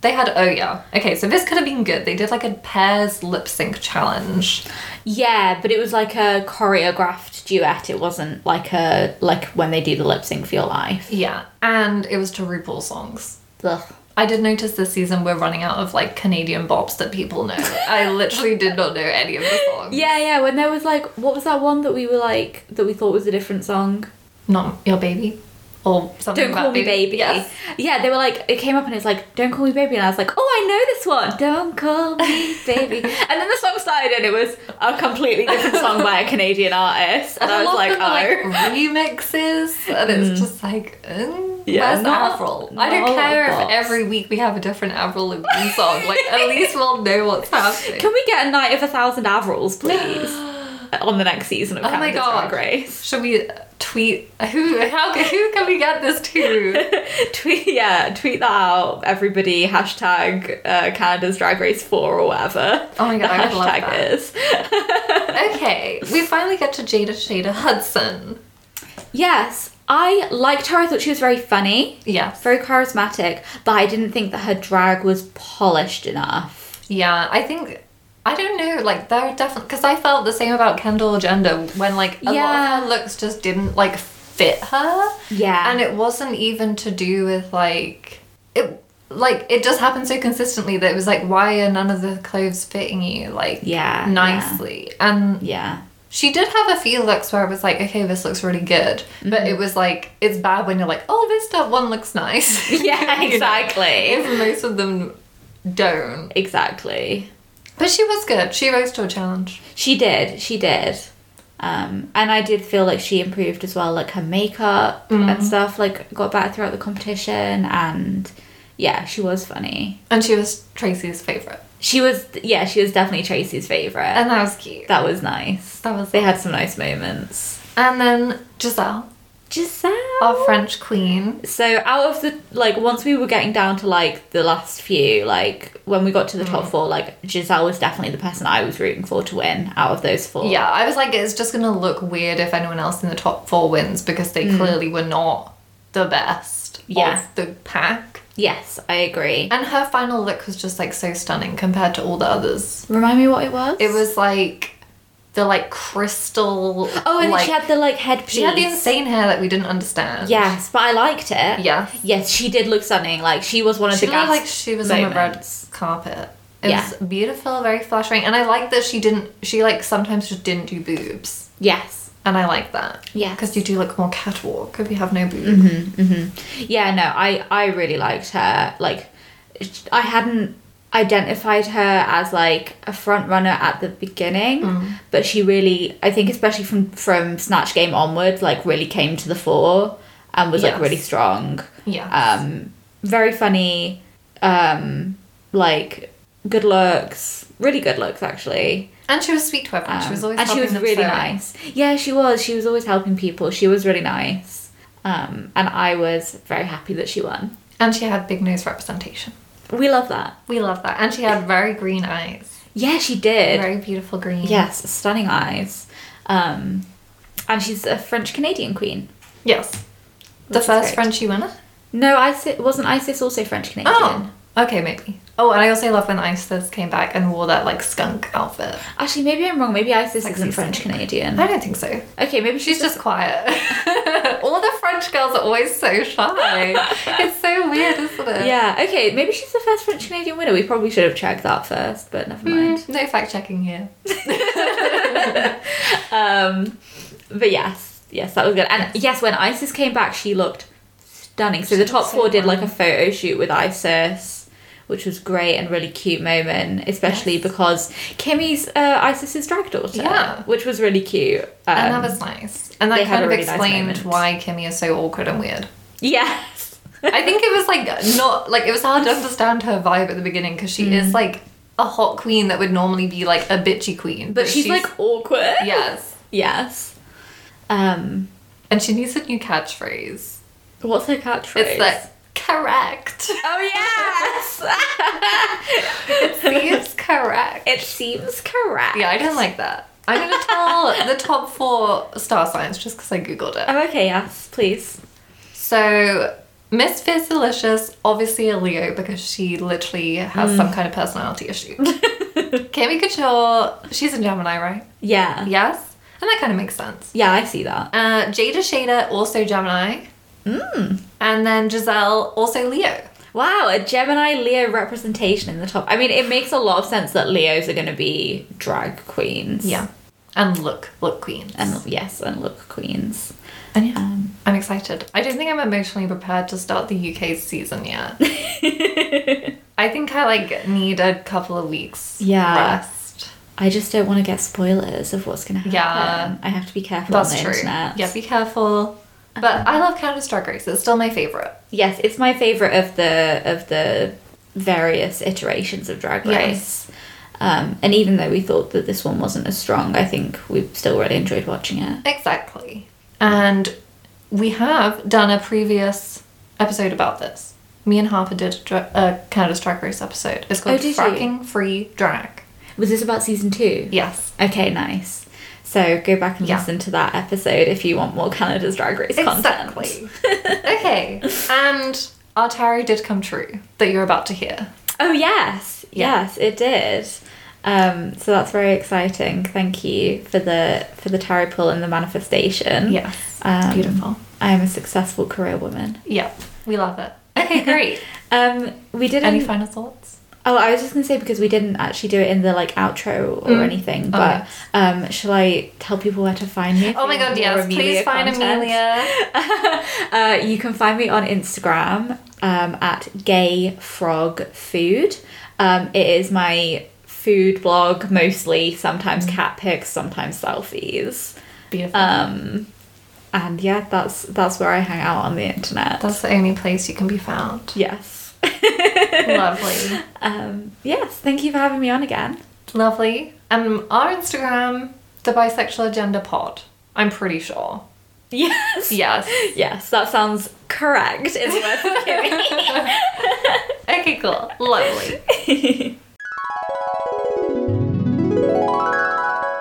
S1: They had oh yeah okay so this could have been good they did like a pairs lip sync challenge
S2: Yeah, but it was like a choreographed duet. It wasn't like a like when they do the lip sync for your life.
S1: Yeah, and it was to RuPaul songs.
S2: Ugh.
S1: I did notice this season we're running out of like Canadian bops that people know. I literally did not know any of the songs.
S2: Yeah, yeah, when there was like what was that one that we were like that we thought was a different song?
S1: Not your baby or something.
S2: Don't
S1: about
S2: call me baby.
S1: Yes.
S2: Yeah, they were like, it came up and it's like, don't call me baby, and I was like, oh, I know this one. Don't call me baby. and then the song started and it was a completely different song by a Canadian artist,
S1: And
S2: and I was like,
S1: them are,
S2: oh.
S1: like remixes, and it's just like, mm,
S2: Yeah,
S1: where's
S2: not-
S1: the Avril? I
S2: not a
S1: don't
S2: lot of
S1: care if
S2: bops.
S1: every week we have a different Avril Lavigne song. Like, at least we'll know what's happening.
S2: Can we get a night of a thousand Avrils, please? On the next season of
S1: Oh my
S2: Canada's
S1: God.
S2: Drag Race.
S1: Should we tweet? Who? How? Who can we get this to?
S2: tweet, yeah, tweet that out, everybody. Hashtag uh, Canada's Drag Race 4 or whatever.
S1: Oh my God,
S2: the
S1: I would love
S2: hashtag
S1: that.
S2: is.
S1: Okay, we finally get to Jada Shada Hudson.
S2: Yes, I liked her. I thought she was very funny.
S1: Yes.
S2: very charismatic, but I didn't think that her drag was polished enough.
S1: Yeah, I think I don't know. Like there are definitely because I felt the same about Kendall Jenner when like a lot
S2: Yeah.
S1: of her looks just didn't like fit her.
S2: Yeah.
S1: and it wasn't even to do with like it. Like it just happened so consistently that it was like, why are none of the clothes fitting you like
S2: Yeah, yeah.
S1: nicely? And
S2: Yeah.
S1: She did have a few looks where I was like, okay, this looks really good.
S2: Mm-hmm.
S1: But it was like, it's bad when you're like, oh, this stuff one looks nice.
S2: Yeah,
S1: You know?
S2: exactly.
S1: If most of them don't.
S2: Exactly.
S1: But she was good. She rose to a challenge.
S2: She did. She did. Um, and I did feel like she improved as well, like her makeup
S1: Mm-hmm.
S2: and stuff, like got better throughout the competition. And yeah, she was funny.
S1: And she was Tracy's favourite.
S2: She was, yeah, she was definitely Tracy's favourite.
S1: And that was cute.
S2: that was nice.
S1: That was
S2: They had some nice moments.
S1: And then Giselle,
S2: Giselle.
S1: our French queen.
S2: So out of the like once we were getting down to like the last few, like when we got to the
S1: Mm.
S2: top four, like Giselle was definitely the person I was rooting for to win out of those four.
S1: Yeah, I was like, it's just going to look weird if anyone else in the top four wins because they clearly were not the best
S2: Mm. Yeah.
S1: of the pack.
S2: Yes, I agree.
S1: And her final look was just like so stunning compared to all the others.
S2: Remind me what it was?
S1: It was like the like crystal.
S2: Oh, and then
S1: like,
S2: she had the like headpiece.
S1: she had the insane hair that we didn't understand.
S2: Yes, but I liked it.
S1: Yes.
S2: Yes, she did look stunning. Like she was one of
S1: she
S2: the
S1: looked
S2: gasp
S1: like she was on the red
S2: moments.
S1: carpet. It
S2: Yeah.
S1: was beautiful, very flattering, and I like that she didn't. She like sometimes just didn't do boobs,
S2: Yes.
S1: and I like that.
S2: Yes.
S1: because you do look more catwalk if you have no boobs.
S2: Mm-hmm. Yeah, no, I I really liked her. Like, I hadn't identified her as like a front runner at the beginning,
S1: Mm.
S2: but she really, I think, especially from from Snatch Game onwards, like really came to the fore and was
S1: Yes.
S2: like really strong.
S1: Yeah,
S2: Um, very funny. Um, like good looks, really good looks actually.
S1: And she was sweet to everyone. she was always
S2: um, and she
S1: helping
S2: was
S1: them
S2: really
S1: sewing.
S2: nice. Yeah, she was. She was always helping people. She was really nice. Um, and I was very happy that she won.
S1: And she had big nose representation.
S2: We love that.
S1: We love that. And she had very green eyes.
S2: Yeah, she did.
S1: Very beautiful green.
S2: Yes, stunning eyes. Um, and she's a French Canadian queen.
S1: Yes. The
S2: Which is
S1: first
S2: great.
S1: Frenchie winner?
S2: No, Isis wasn't Isis also French Canadian.
S1: Oh. Okay, maybe. Oh, and I also love when Isis came back and wore that like skunk outfit.
S2: Actually, maybe I'm wrong. Maybe Isis
S1: Like
S2: isn't
S1: she's
S2: French Canadian.
S1: I don't think so.
S2: Okay, maybe
S1: She's just quiet. All the French girls are always so shy. it's so weird, isn't it?
S2: Yeah. Okay, maybe she's the first French Canadian winner. We probably should have checked that first, but never mind.
S1: Mm, No fact checking here.
S2: Um, but yes, yes, that was good. And yes, when Isis came back, she looked stunning. So
S1: She
S2: the top
S1: looked so
S2: four did like a
S1: fine.
S2: photo shoot with Isis, which was great and really cute moment, especially because Kimmy's uh, Isis's drag daughter,
S1: Yeah.
S2: which was really cute. Um,
S1: and that was nice. And that
S2: they had
S1: kind
S2: a
S1: of
S2: really nice
S1: explained
S2: moment.
S1: why Kimmy is so awkward and weird.
S2: yes,
S1: I think it was like not like it was hard to understand her vibe at the beginning because she
S2: Mm.
S1: is like a hot queen that would normally be like a bitchy queen,
S2: but she's, like awkward.
S1: yes,
S2: Yes. Um,
S1: and she needs a new catchphrase.
S2: what's her catchphrase?
S1: It's like correct.
S2: Oh yes!
S1: Seems correct.
S2: it seems correct.
S1: Yeah, I don't like that. I'm gonna tell the top four star signs just because I googled it.
S2: Oh, okay. Yes, please.
S1: So Miss Fierce Delicious, obviously a Leo because she literally has some kind of personality issue. Kimmy Couture, she's a Gemini, right?
S2: Yeah.
S1: Yes, and that kind of makes sense.
S2: Yeah, I see that.
S1: Uh, Jada Shader, also Gemini. Mm. And then Giselle, also Leo.
S2: Wow, a Gemini Leo representation in the top. I mean, it makes a lot of sense that Leos are going to be drag queens.
S1: And look, look queens.
S2: And yes, and look queens.
S1: And yeah,
S2: Um,
S1: I'm excited. I don't think I'm emotionally prepared to start the UK season yet. I think I like need a couple of weeks
S2: Yeah.
S1: rest.
S2: I just don't want to get spoilers of what's going to happen.
S1: Yeah.
S2: I have to be careful on
S1: That's
S2: the
S1: true.
S2: internet.
S1: Yeah, be careful. But I love Canada's Drag Race. It's still my favorite.
S2: Yes, it's my favorite of the of the various iterations of Drag Race.
S1: Yes.
S2: Um, and even though we thought that this one wasn't as strong, I think we still really enjoyed watching it.
S1: Exactly. And we have done a previous episode about this. Me and Harper did a, dra- a Canada's Drag Race episode. It's called
S2: Oh, did you?
S1: Fracking Free Drag.
S2: Was this about season two?
S1: Yes.
S2: Okay, nice. So go back and
S1: Yeah.
S2: listen to that episode if you want more Canada's Drag Race content.
S1: Exactly. okay. And our tarot did come true that you're about to hear.
S2: Oh yes,
S1: Yeah.
S2: yes, it did. Um, so that's very exciting. Thank you for the for the tarot pull and the manifestation.
S1: Yes.
S2: Um,
S1: Beautiful.
S2: I am a successful career woman.
S1: Yep. We love it. Okay, great.
S2: Um, we didn't.
S1: Any final thoughts?
S2: Oh, I was just gonna say because we didn't actually do it in the like outro or
S1: Mm.
S2: anything, but
S1: yes.
S2: um, shall I tell people where to find me? if
S1: Oh
S2: they
S1: my
S2: want
S1: god, yes.
S2: more
S1: Please
S2: Amelia
S1: find
S2: content?
S1: Amelia.
S2: Uh, you can find me on Instagram um, at Gay Frog Food. Um, it is my food blog mostly,
S1: Mm.
S2: sometimes cat pics, sometimes selfies.
S1: Beautiful.
S2: Um, and yeah, that's that's where I hang out on the internet.
S1: That's the only place you can be found.
S2: yes.
S1: Lovely.
S2: Um, yes, thank you for having me on again.
S1: Lovely. Um, our Instagram, the Bisexual Agenda Pod. I'm pretty sure.
S2: Yes.
S1: Yes.
S2: Yes, that sounds correct. It's worth giving.
S1: Okay, cool. Lovely.
S2: Are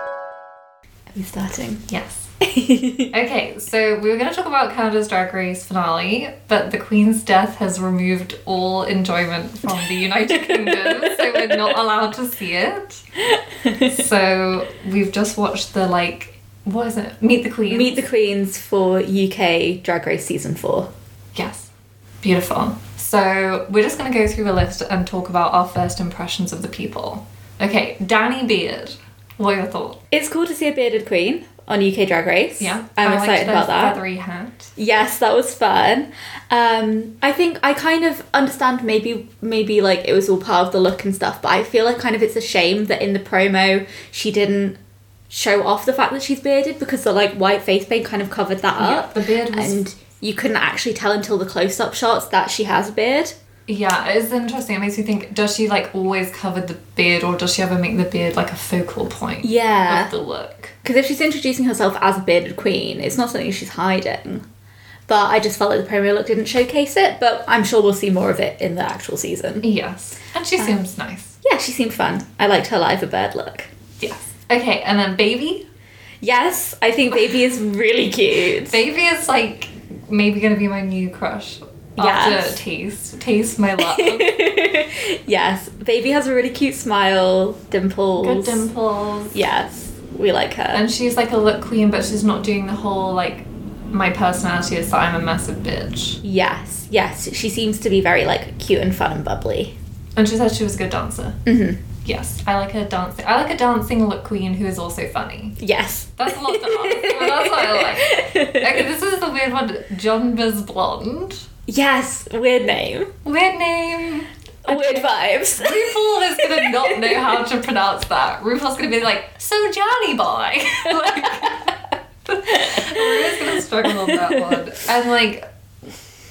S2: we starting?
S1: Yes. Okay, so we were going to talk about Canada's Drag Race finale, but the Queen's death has removed all enjoyment from the United Kingdom, so we're not allowed to see it. So we've just watched the, like, what is it? Meet the Queen.
S2: Meet the Queens for UK Drag Race Season 4.
S1: Yes. Beautiful. So we're just going to go through a list and talk about our first impressions of the people. Okay, Danny Beard. What are your thoughts?
S2: It's cool to see a bearded queen on UK Drag Race.
S1: Yeah,
S2: I'm
S1: I liked
S2: excited
S1: their
S2: about that.
S1: Feathery hat.
S2: Yes, that was fun. Um, I think I kind of understand maybe maybe like it was all part of the look and stuff, but I feel like kind of it's a shame that in the promo she didn't show off the fact that she's bearded because the like white face paint kind of covered that
S1: Yeah,
S2: up.
S1: the beard was-
S2: and you couldn't actually tell until the close up shots that she has a beard.
S1: Yeah, it's interesting. It makes me think: Does she like always cover the beard, or does she ever make the beard like a focal point
S2: Yeah.
S1: of the look?
S2: Because if she's introducing herself as a bearded queen, it's not something she's hiding. But I just felt like the promo look didn't showcase it, but I'm sure we'll see more of it in the actual season.
S1: Yes, and she seems nice.
S2: Yeah, she seemed fun. I liked her live a bird look.
S1: Yes. Okay, and then baby.
S2: Yes, I think baby is really cute.
S1: Baby is like maybe gonna be my new crush
S2: Yes.
S1: after Taste. Taste my love.
S2: yes, baby has a really cute smile,
S1: Good
S2: dimples.
S1: dimples.
S2: Yes, we like her.
S1: And she's like a look queen, but she's not doing the whole like my personality is that I'm a massive bitch.
S2: yes, yes, she seems to be very like cute and fun and bubbly.
S1: And she said she was a good dancer.
S2: Mm-hmm.
S1: Yes, I like a dancing. I like a dancing look queen who is also funny.
S2: Yes.
S1: That's a lot to ask, but that's what I like. Okay, this is the weird one. John Biz Blonde.
S2: Yes, weird name.
S1: Weird name.
S2: Weird vibes.
S1: RuPaul is gonna not know how to pronounce that. RuPaul's gonna be like, so Johnny boy. like, Ru's gonna struggle on that one. And like,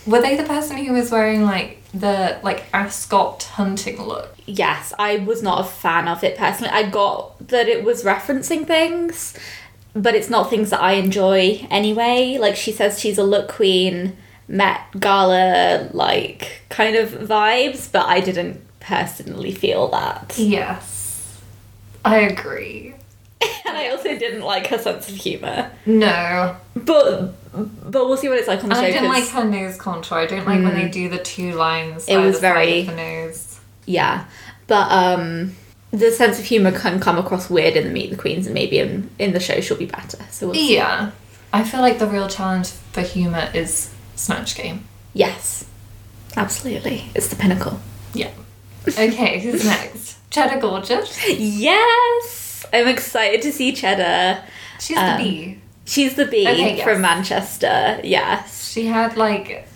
S1: were they the person who was wearing like the like ascot hunting look?
S2: yes, I was not a fan of it personally. I got that it was referencing things, but it's not things that I enjoy anyway. Like she says she's a look queen, Met Gala like kind of vibes, but I didn't personally feel that.
S1: Yes, I agree.
S2: And I also didn't like her sense of humour.
S1: No,
S2: But but we'll see what it's like on the
S1: and I
S2: show.
S1: didn't like
S2: 'cause-
S1: her nose contour. I don't like when they do the two lines.
S2: Mm. It
S1: by
S2: was
S1: the side
S2: very-
S1: of the nose.
S2: Yeah, but um, the sense of humor can come across weird in the Meet the Queens, and maybe in, in the show she'll be better. So we'll see.
S1: Yeah, I feel like the real challenge for humor is Snatch Game.
S2: yes, absolutely, it's the pinnacle.
S1: Yeah. Okay, who's next? Cheddar Gorgeous.
S2: Yes, I'm excited to see Cheddar.
S1: She's
S2: Um,
S1: the bee.
S2: She's the bee
S1: Okay, yes.
S2: from Manchester. Yes,
S1: She had like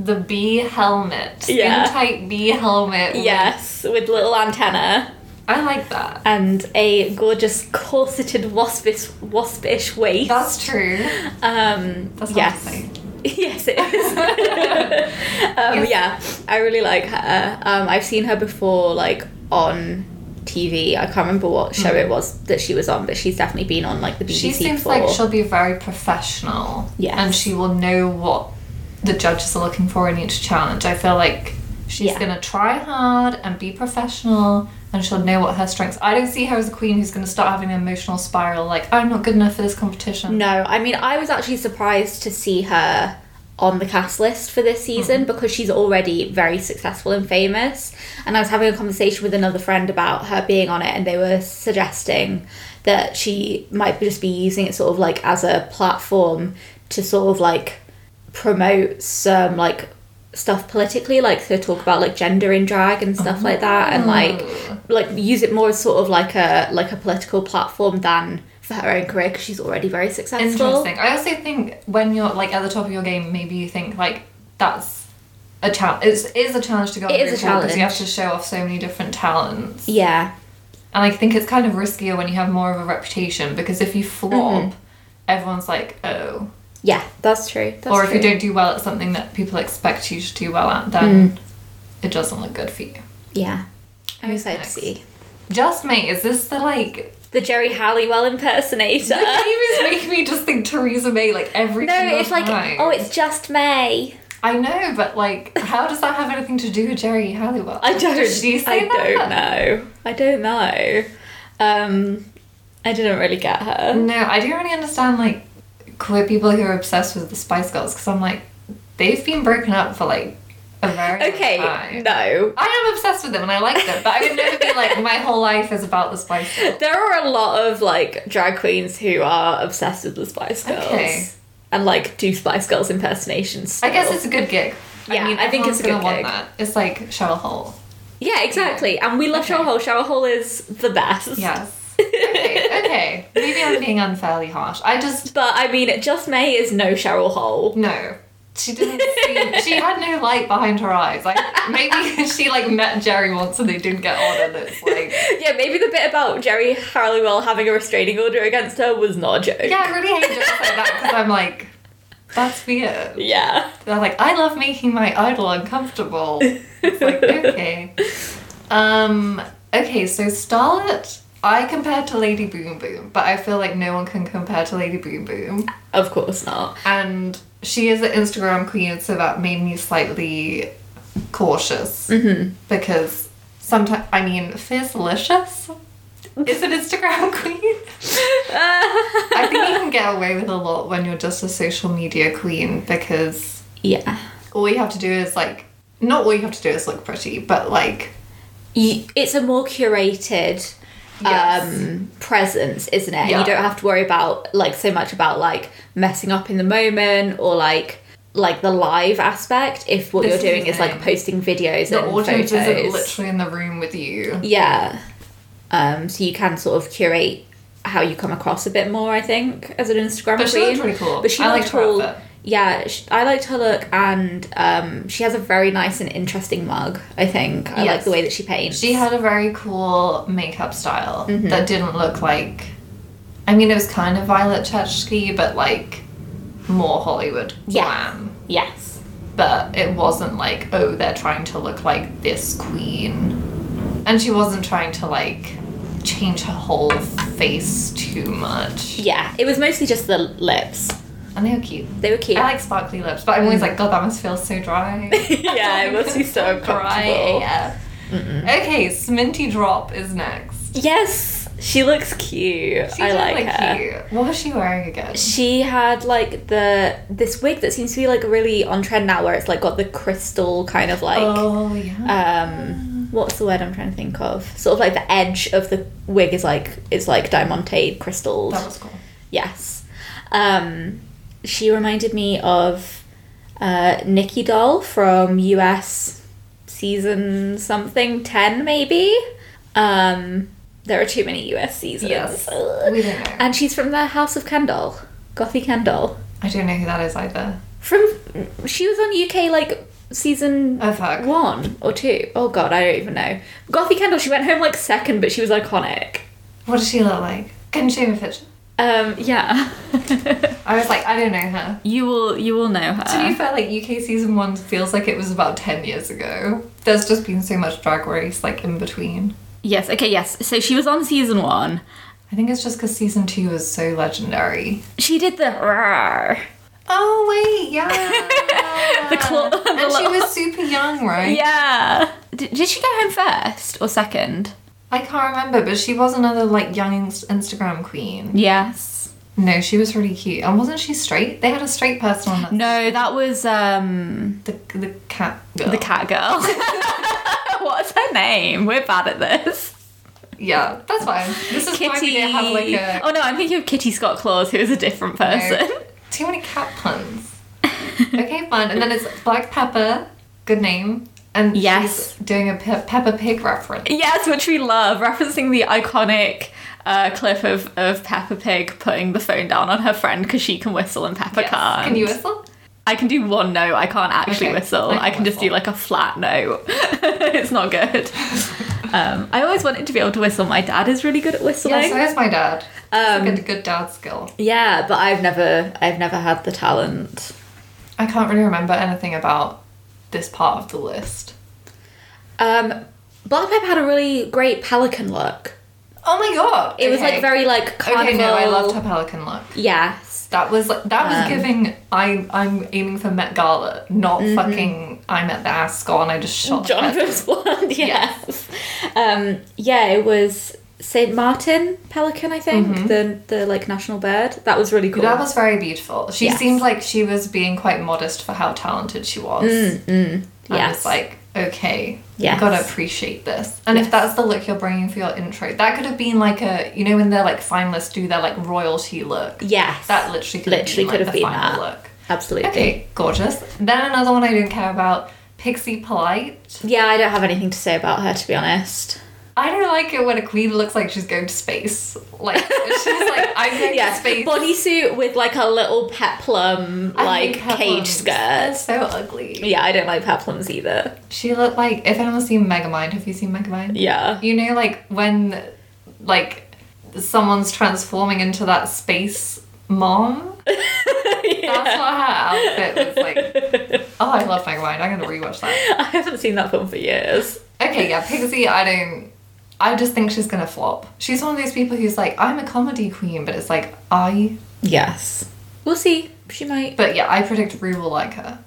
S1: the bee helmet. Skin
S2: Yeah.
S1: tight bee helmet. with-
S2: yes, with little antenna
S1: I like that.
S2: and a gorgeous corseted waspish waspish waist.
S1: That's true.
S2: um,
S1: That's hard
S2: yes.
S1: to say.
S2: Yes, it is. um, Yeah, I really like her. Um, I've seen her before, like on TV. I can't remember what show it was that she was on, but she's definitely been on like the BBC
S1: Mm. She seems
S2: before.
S1: like she'll be very professional.
S2: Yes.
S1: And she will know what the judges are looking for in each challenge. I feel like she's
S2: Yeah.
S1: gonna try hard and be professional and she'll know what her strengths I don't see her as a queen who's gonna start having an emotional spiral like I'm not good enough for this competition.
S2: No, I mean, I was actually surprised to see her on the cast list for this season because she's already very successful and famous. And I was having a conversation with another friend about her being on it, and they were suggesting that she might just be using it sort of like as a platform to sort of like promote some like stuff politically like so talk about like gender in drag and stuff like that
S1: Oh.
S2: and like like use it more as sort of like a like a political platform than for her own career because she's already very successful
S1: Interesting. I also think when you're like at the top of your game, maybe you think like that's a challenge. It is a challenge to go. on
S2: It is a
S1: RuPaul 'cause You
S2: challenge.
S1: have to show off so many different talents,
S2: yeah
S1: and I think it's kind of riskier when you have more of a reputation because if you flop,
S2: Mm-hmm.
S1: everyone's like, oh.
S2: yeah that's true that's
S1: or if you
S2: true.
S1: don't do well at something that people expect you to do well at, then
S2: Mm.
S1: it doesn't look good for you.
S2: yeah i'm
S1: Who's
S2: excited
S1: next?
S2: to see
S1: Just me. Is this the like?
S2: the jerry halliwell impersonator
S1: The name is making me just think Theresa May like every.
S2: no
S1: single
S2: it's like
S1: time.
S2: oh it's just may
S1: I know, but like, how does that have anything to do with Jerry Halliwell?
S2: I don't.
S1: Does she say
S2: I
S1: that?
S2: don't know. I don't know. Um, I didn't really get her.
S1: No, I don't really understand like queer people who are obsessed with the Spice Girls because I'm like, they've been broken up for like a very long
S2: Okay,
S1: time.
S2: no.
S1: I am obsessed with them and I like them, but I would never be like my whole life is about the Spice Girls.
S2: There are a lot of like drag queens who are obsessed with the Spice Girls
S1: Okay.
S2: and like do Spice Girls impersonations.
S1: I guess
S2: still.
S1: it's a good gig.
S2: Yeah, I think
S1: everyone's
S2: it's a
S1: gonna
S2: good
S1: want
S2: gig.
S1: that. It's like Cheryl Hole.
S2: yeah, exactly. And we love
S1: Okay.
S2: Shower Hole. Shower Hole is the best.
S1: Yes. okay, okay. Maybe I'm being unfairly harsh. I just
S2: But I mean, Just May is no Cheryl Hole.
S1: No. She didn't see. she had no light behind her eyes. Like maybe she like met Jerry once and they didn't get on, and it's like
S2: Yeah, maybe the bit about Jerry Halliwell having a restraining order against her was not a joke.
S1: yeah, I really hate jokes like that because I'm like That's weird.
S2: Yeah.
S1: They're like, I love making my idol uncomfortable. It's like, okay. Um, okay, so Starlet, I compare to Lady Boom Boom, but I feel like no one can compare to Lady Boom Boom.
S2: Of course not.
S1: And she is an Instagram queen, so that made me slightly cautious. Mm-hmm. Because sometimes, I mean, Fizzlicious is an Instagram queen. I think you can get away with a lot when you're just a social media queen because
S2: Yeah.
S1: all you have to do is like, not all you have to do is look pretty, but like,
S2: You, it's a more curated
S1: Yes.
S2: um presence, isn't it?
S1: Yeah.
S2: You don't have to worry about like so much about like messing up in the moment or like like the live aspect if what
S1: This is
S2: you're doing
S1: the
S2: is, like
S1: thing.
S2: posting videos
S1: the
S2: and
S1: audience
S2: photos.
S1: isn't literally in the room with you.
S2: Yeah. Um, so you can sort of curate how you come across a bit more, I think, as an Instagram
S1: But she
S2: queen.
S1: looked really cool.
S2: But she
S1: I
S2: looked
S1: liked her
S2: cool.
S1: outfit.
S2: Yeah, sh I liked her look, and um, she has a very nice and interesting mug. I think I like
S1: Yes.
S2: the way that she paints.
S1: She had a very cool makeup style
S2: Mm-hmm.
S1: that didn't look like. I mean, it was kind of Violet Chachki, but like more Hollywood
S2: Yeah.
S1: glam.
S2: yes,
S1: But it wasn't like, oh, they're trying to look like this queen. And she wasn't trying to like change her whole face too much.
S2: yeah. It was mostly just the lips.
S1: And they were cute.
S2: They were cute.
S1: I like sparkly lips, but I'm always like, God, that must feel so dry.
S2: Yeah, it must be so uncomfortable.
S1: dry. AF. Okay, Sminty Drop is next.
S2: yes, she looks cute.
S1: She
S2: I
S1: did
S2: like
S1: look
S2: her.
S1: cute. What was she wearing again?
S2: She had like the this wig that seems to be like really on trend now, where it's like got the crystal kind of like.
S1: oh yeah.
S2: um what's the word I'm trying to think of? Sort of like the edge of the wig is like is like diamante crystals.
S1: that was cool.
S2: Yes. Um she reminded me of uh Nikki Doll from US season something 10 maybe. Um there are too many US seasons.
S1: Yes.
S2: Ugh.
S1: We don't know.
S2: And she's from the House of Kendall. Gothy Kendall.
S1: I don't know who that is either.
S2: From she was on UK like season
S1: Oh fuck.
S2: one or two. Oh god, I don't even know. Gothy Kendall, she went home like second, but she was iconic.
S1: What does she look like? Can you show me a picture?
S2: Um, yeah.
S1: I was like, I don't know her.
S2: you will you will know her.
S1: To be fair, like UK season one feels like it was about ten years ago. There's just been so much drag race like in between.
S2: yes, okay, yes. So she was on season one.
S1: I think it's just because season two was so legendary.
S2: She did the rawr.
S1: Oh wait, yeah.
S2: The claw- the
S1: and she
S2: little-
S1: was super young, right?
S2: Yeah. Did, did she go home first or second?
S1: I can't remember, but she was another like young ins- Instagram queen.
S2: Yes.
S1: No, she was really cute. And wasn't she straight? They had a straight person on that.
S2: No, that was um
S1: The, the cat. Girl.
S2: the cat girl. What's her name? We're bad at this.
S1: Yeah, that's fine. This is why we
S2: Kitty.
S1: didn't have like a.
S2: Oh no, I'm thinking of Kitty Scott Claus, who is a different person.
S1: no, too many cat puns. okay, fun. And then it's Black Pepper. Good name. And
S2: Yes.
S1: she's doing a pe- Peppa Pig reference.
S2: Yes, which we love, referencing the iconic uh, clip of, of Peppa Pig putting the phone down on her friend because she can whistle and Peppa
S1: Yes.
S2: can't.
S1: Can you whistle?
S2: I can do one note. I can't actually
S1: Okay,
S2: whistle.
S1: I
S2: I
S1: can
S2: can, just do
S1: whistle.
S2: like a flat note. it's not good. um, I always wanted to be able to whistle. My dad is really good at whistling.
S1: Yeah, so is my dad. It's like
S2: Um,
S1: a good dad skill.
S2: yeah, but I've never, I've never had the talent.
S1: I can't really remember anything about this part of the list.
S2: Um, Black Pepper had a really great pelican look.
S1: Oh my god!
S2: It was like
S1: Okay.
S2: very like carnival.
S1: Okay, no, I loved her pelican look.
S2: Yes.
S1: That was like that was
S2: Um,
S1: giving I'm I'm aiming for Met Gala, not
S2: mm-hmm.
S1: fucking I'm at the Ascot and I just shot the
S2: Jonathan's blonde, yes. Um, yeah, it was Saint Martin pelican, I think, the the like national bird. That was really cool.
S1: Mm-hmm. That was very beautiful. She
S2: Yes.
S1: seemed like she was being quite modest for how talented she was. I was
S2: Mm, yes.
S1: like, okay,
S2: Yes.
S1: you gotta appreciate this. And if that's the look you're bringing for your intro, that could have been like a, you know, when they're like finalists do their like royalty look.
S2: yes,
S1: That literally could
S2: Literally
S1: have been, like,
S2: could have
S1: the
S2: been
S1: final
S2: that.
S1: look.
S2: absolutely.
S1: Okay, gorgeous. Then another one I don't care about, Pixie Polite.
S2: Yeah, I don't have anything to say about her to be honest.
S1: I don't like it when a queen looks like she's going to space. Like she's like, I'm going
S2: Yeah,
S1: to space.
S2: bodysuit with like a little peplum
S1: I
S2: like
S1: hate
S2: cage
S1: peplums. They're
S2: skirt.
S1: so ugly.
S2: Yeah, I don't like peplums either.
S1: She looked like if anyone's seen Megamind, have you seen Megamind?
S2: Yeah.
S1: You know, like when, like, someone's transforming into that space mom. That's That's what her outfit was like. Oh, I love Mega Mind. I'm gonna rewatch that.
S2: I haven't seen that film for years.
S1: Okay, yeah, Pixie. I don't. I just think she's gonna flop. She's one of those people who's like, I'm a comedy queen, but it's like, are you?
S2: Yes. We'll see. She might.
S1: But yeah, I predict Rue will like her.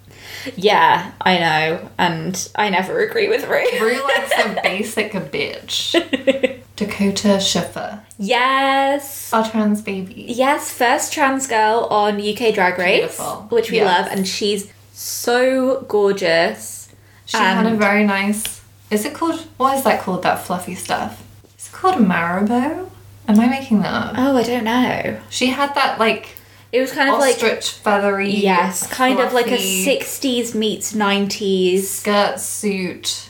S2: Yeah, I know. And I never agree with Rue.
S1: Rue likes a basic bitch. Dakota Schiffer,
S2: yes.
S1: our trans baby.
S2: Yes, first trans girl on UK Drag Race,
S1: Beautiful.
S2: which we
S1: Yes.
S2: love, and she's so gorgeous.
S1: She had a
S2: And-
S1: very nice. Is it called? What is that called? That fluffy stuff. Is it called Maribo? Am I making that up?
S2: Oh, I don't know.
S1: She had that like
S2: It was kind of
S1: ostrich
S2: like
S1: feathery.
S2: yes, kind of like a
S1: fluffy
S2: '60s meets '90s.
S1: skirt suit.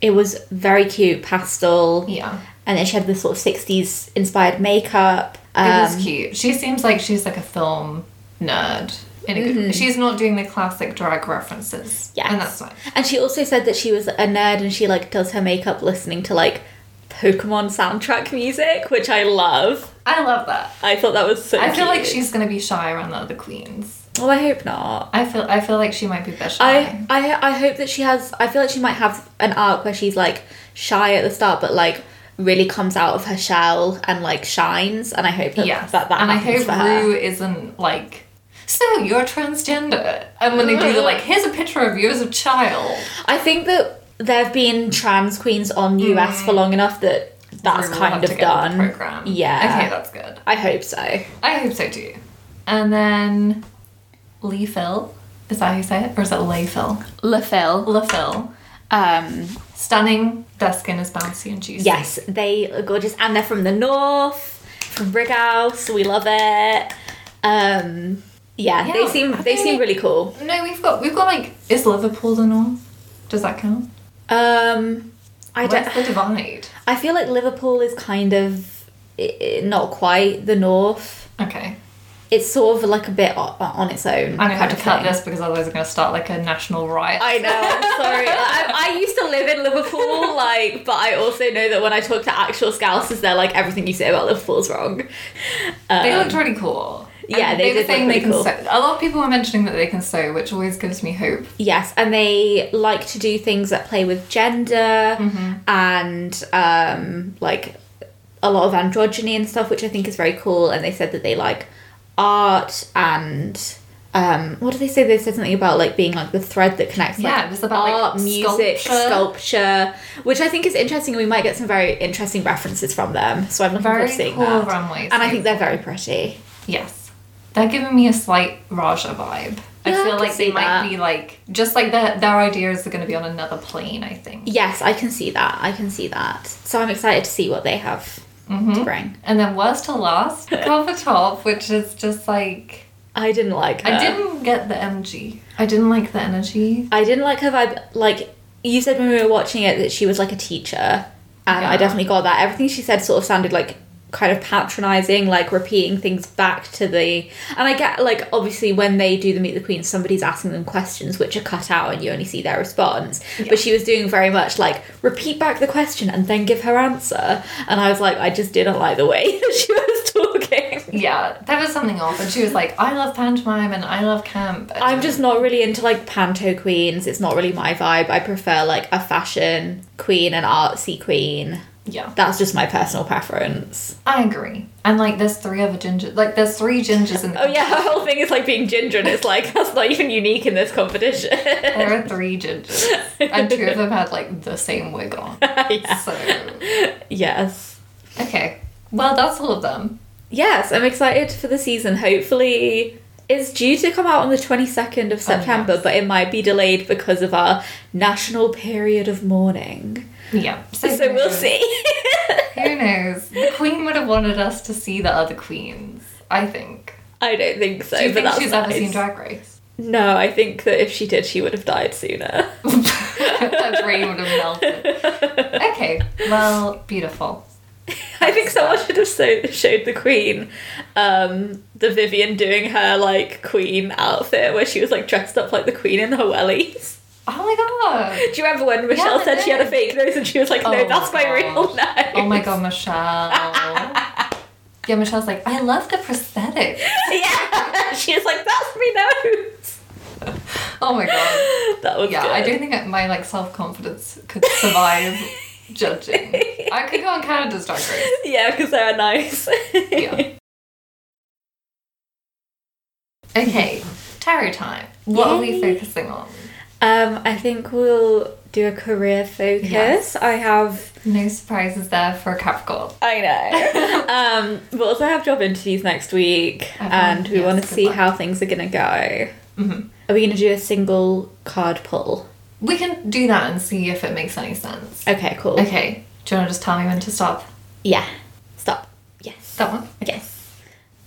S2: It was very cute, pastel,
S1: Yeah,
S2: and then she had this sort of '60s inspired makeup. Um,
S1: it was cute. She seems like she's like a film nerd. In a good, She's not doing the classic drag references.
S2: Mm-hmm. Yes.
S1: and that's fine.
S2: And she also said that she was a nerd and she like does her makeup listening to like Pokemon soundtrack music, which I love.
S1: I love that.
S2: I thought that was so.
S1: I feel like
S2: cute.
S1: she's gonna be shy around the other queens.
S2: Oh, I hope not.
S1: I feel I feel like she might be a bit shy.
S2: I, I I hope that she has. I feel like she might have an arc where she's like shy at the start, but like really comes out of her shell and like shines. And I hope that
S1: Yes.
S2: that, that
S1: and I
S2: happens
S1: hope
S2: for her.
S1: Rue isn't like, so you're transgender. And when they do the like, here's a picture of you as a child.
S2: I think that there have been trans queens on US for long enough that that's
S1: Rue will
S2: kind
S1: have
S2: of
S1: to get on
S2: done.
S1: The program.
S2: Yeah.
S1: Okay, that's good.
S2: I hope so.
S1: I hope so too. And then Lee Phil. Is that how you say it? Or is it Lay Phil?
S2: LaFil.
S1: La Phil.
S2: Um,
S1: Stunning. Their skin is bouncy and juicy.
S2: yes, they are gorgeous, and they're from the north, from Brighouse. We love it. Um, yeah,
S1: Yeah,
S2: they seem
S1: I
S2: they
S1: think-
S2: seem really cool.
S1: No, we've got we've got like is Liverpool the north? Does that count?
S2: Um, I don't.
S1: Where's the divide?
S2: I feel like Liverpool is kind of i- i- not quite the north.
S1: Okay.
S2: It's sort of like a bit o- on its own.
S1: I'm gonna have
S2: kind
S1: to
S2: of
S1: cut
S2: thing.
S1: this because otherwise I'm gonna start like a national riot.
S2: I know. I'm sorry. Like, I, I used to live in Liverpool, like, but I also know that when I talk to actual Scousers, they're like, everything you say about Liverpool's wrong. Um,
S1: They looked really cool.
S2: yeah,
S1: And
S2: they
S1: were
S2: did
S1: saying
S2: look
S1: they
S2: really
S1: can sew. A lot of people were mentioning that they can sew, which always gives me hope.
S2: yes, and they like to do things that play with gender
S1: Mm-hmm.
S2: and um, like a lot of androgyny and stuff, which I think is very cool. And they said that they like art and. Um, what did they say? They said something about like being like the thread that connects like,
S1: Yeah, it was about, like,
S2: art, music,
S1: sculpture.
S2: sculpture, which I think is interesting. and We might get some very interesting references from them, so I'm looking forward
S1: Very
S2: to seeing
S1: cool
S2: that.
S1: runways.
S2: and I think they're very pretty.
S1: yes, they're giving me a slight Raja vibe. I
S2: Yeah, I
S1: feel
S2: can
S1: like they
S2: see
S1: might
S2: that.
S1: be like just like their their ideas are going to be on another plane. I think.
S2: Yes, I can see that. I can see that. So I'm excited to see what they have
S1: Mm-hmm.
S2: to bring.
S1: And then worst to last, cover top, which is just like
S2: I didn't like her.
S1: I didn't get the energy. I didn't like the energy.
S2: I didn't like her vibe. Like you said when we were watching it that she was like a teacher, and
S1: Yeah.
S2: I definitely got that. Everything she said sort of sounded like kind of patronizing, like repeating things back to the. And I get like obviously when they do the Meet the Queen, somebody's asking them questions which are cut out and you only see their response. But she was doing very much like repeat back the question and then give her answer. And I was like, I just didn't like the way that she was talking.
S1: Yeah, there was something off, and she was like, "I love pantomime and I love camp." and-
S2: I'm just not really into like panto queens. It's not really my vibe. I prefer like a fashion queen and artsy queen.
S1: yeah.
S2: That's just my personal preference.
S1: I agree. And like, there's three other gingers. Like, there's three gingers in.
S2: Oh yeah, her whole thing is like being ginger, and it's like that's not even unique in this competition.
S1: There are three gingers, and two of them had like the same wig on.
S2: Yeah.
S1: So
S2: Yes.
S1: okay, well that's all of them.
S2: Yes, I'm excited for the season. Hopefully, it's due to come out on the
S1: Oh,
S2: 22nd of September, but it might be delayed because of our national period of mourning.
S1: Yeah.
S2: So
S1: who
S2: we'll
S1: knows?
S2: see.
S1: Who knows? The queen would have wanted us to see the other queens. I think.
S2: I don't think so.
S1: Do you
S2: but
S1: think
S2: that's
S1: she's ever
S2: nice.
S1: seen Drag Race?
S2: No, I think that if she did, she would have died sooner.
S1: Her brain would have melted. Okay. Well, beautiful.
S2: I think someone should have so- showed the Queen, um, the Vivian doing her like Queen outfit where she was like dressed up like the Queen in her wellies.
S1: Oh my god.
S2: Do you remember when Michelle
S1: I
S2: said she had
S1: did.
S2: a fake nose and she was like, "No,
S1: Oh
S2: that's my
S1: gosh.
S2: real nose."
S1: Oh my god, Michelle. Yeah, Michelle's like, I love the prosthetic.
S2: yeah, she was like, that's me nose.
S1: Oh my god.
S2: That was
S1: Yeah,
S2: good.
S1: I don't think that my like self confidence could survive judging. I could go on Canada's Drag Race.
S2: Yeah, because they were nice.
S1: Yeah. Okay, tarot time. What are we
S2: Yay.
S1: focusing on?
S2: Um, I think we'll do a career focus.
S1: Yes.
S2: I have.
S1: No surprises there for Capricorn.
S2: I know. um, we'll also have job interviews next week,
S1: Okay,
S2: and we
S1: yes,
S2: want
S1: good
S2: to see
S1: luck.
S2: how things are gonna go.
S1: Mhm.
S2: Are we gonna do a single card pull?
S1: We can do that and see if it makes any sense.
S2: Okay, cool.
S1: Okay, do you want to just tell me when to stop?
S2: Yeah. Stop. Yes.
S1: That one?
S2: Yes.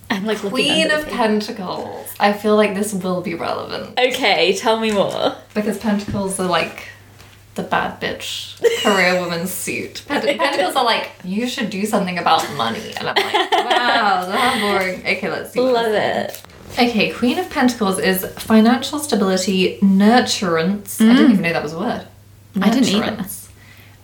S2: I'm like looking
S1: Queen
S2: under
S1: of
S2: the thing.
S1: Pentacles. I feel like this will be relevant
S2: Okay, tell me more.
S1: because Pentacles are like the bad bitch career woman's suit. Pent- Pentacles are like, you should do something about money. And I'm like, wow, that's boring. Okay, let's see.
S2: Love it.
S1: Okay, Queen of Pentacles is financial stability, nurturance. I didn't even know that was a word.
S2: Mm. I didn't either.
S1: Nurturance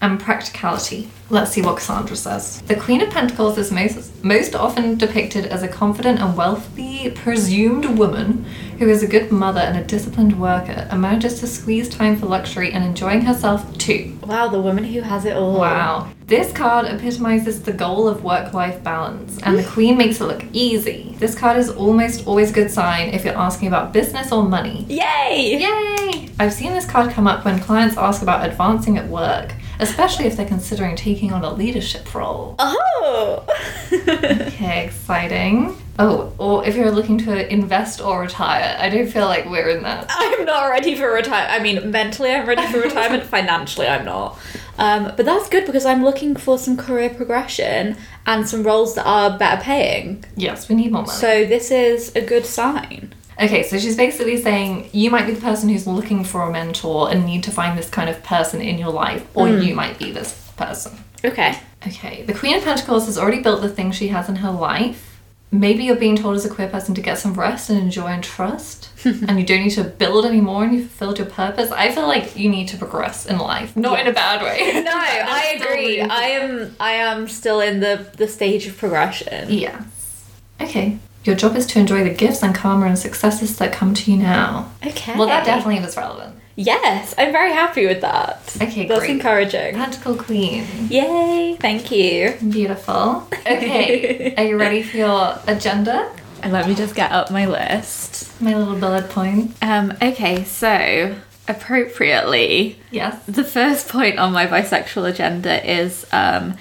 S1: And practicality. Let's see what Cassandra says. The Queen of Pentacles is most, most often depicted as a confident and wealthy, presumed woman who is a good mother and a disciplined worker and manages to squeeze time for luxury and enjoying herself too.
S2: Wow, the woman who has it all.
S1: Wow. This card epitomizes the goal of work life balance, and the Queen makes it look easy. This card is almost always a good sign if you're asking about business or money.
S2: Yay!
S1: Yay! I've seen this card come up when clients ask about advancing at work, especially if they're considering taking on a leadership role.
S2: Oh.
S1: Okay, exciting. Oh, or if you're looking to invest or retire. I don't feel like we're in that.
S2: I'm not ready for retirement. I mean, mentally I'm ready for retirement, financially I'm not. Um, but that's good because I'm looking for some career progression and some roles that are better paying.
S1: Yes, we need more money.
S2: So this is a good sign.
S1: Okay, so she's basically saying you might be the person who's looking for a mentor and need to find this kind of person in your life, or you might be this person.
S2: Okay.
S1: Okay, the Queen of Pentacles has already built the thing she has in her life. Maybe you're being told as a queer person to get some rest and enjoy and trust, and you don't need to build anymore and you've fulfilled your purpose. I feel like you need to progress in life, not in a bad way.
S2: No, I
S1: There's still
S2: agree.
S1: room for
S2: I am I am still in the the stage of progression.
S1: Yes. Okay, your job is to enjoy the gifts and karma and successes that come to you now.
S2: Okay.
S1: Well, that definitely was relevant.
S2: Yes, I'm very happy with that.
S1: Okay,
S2: That's
S1: great.
S2: encouraging.
S1: Pentacle Queen.
S2: Yay! Thank you.
S1: Beautiful. Okay, are you ready for your agenda?
S2: And Uh, let me just get up my list.
S1: My little bullet point.
S2: Um, okay, so appropriately,
S1: Yes.
S2: the first point on my bisexual agenda is um,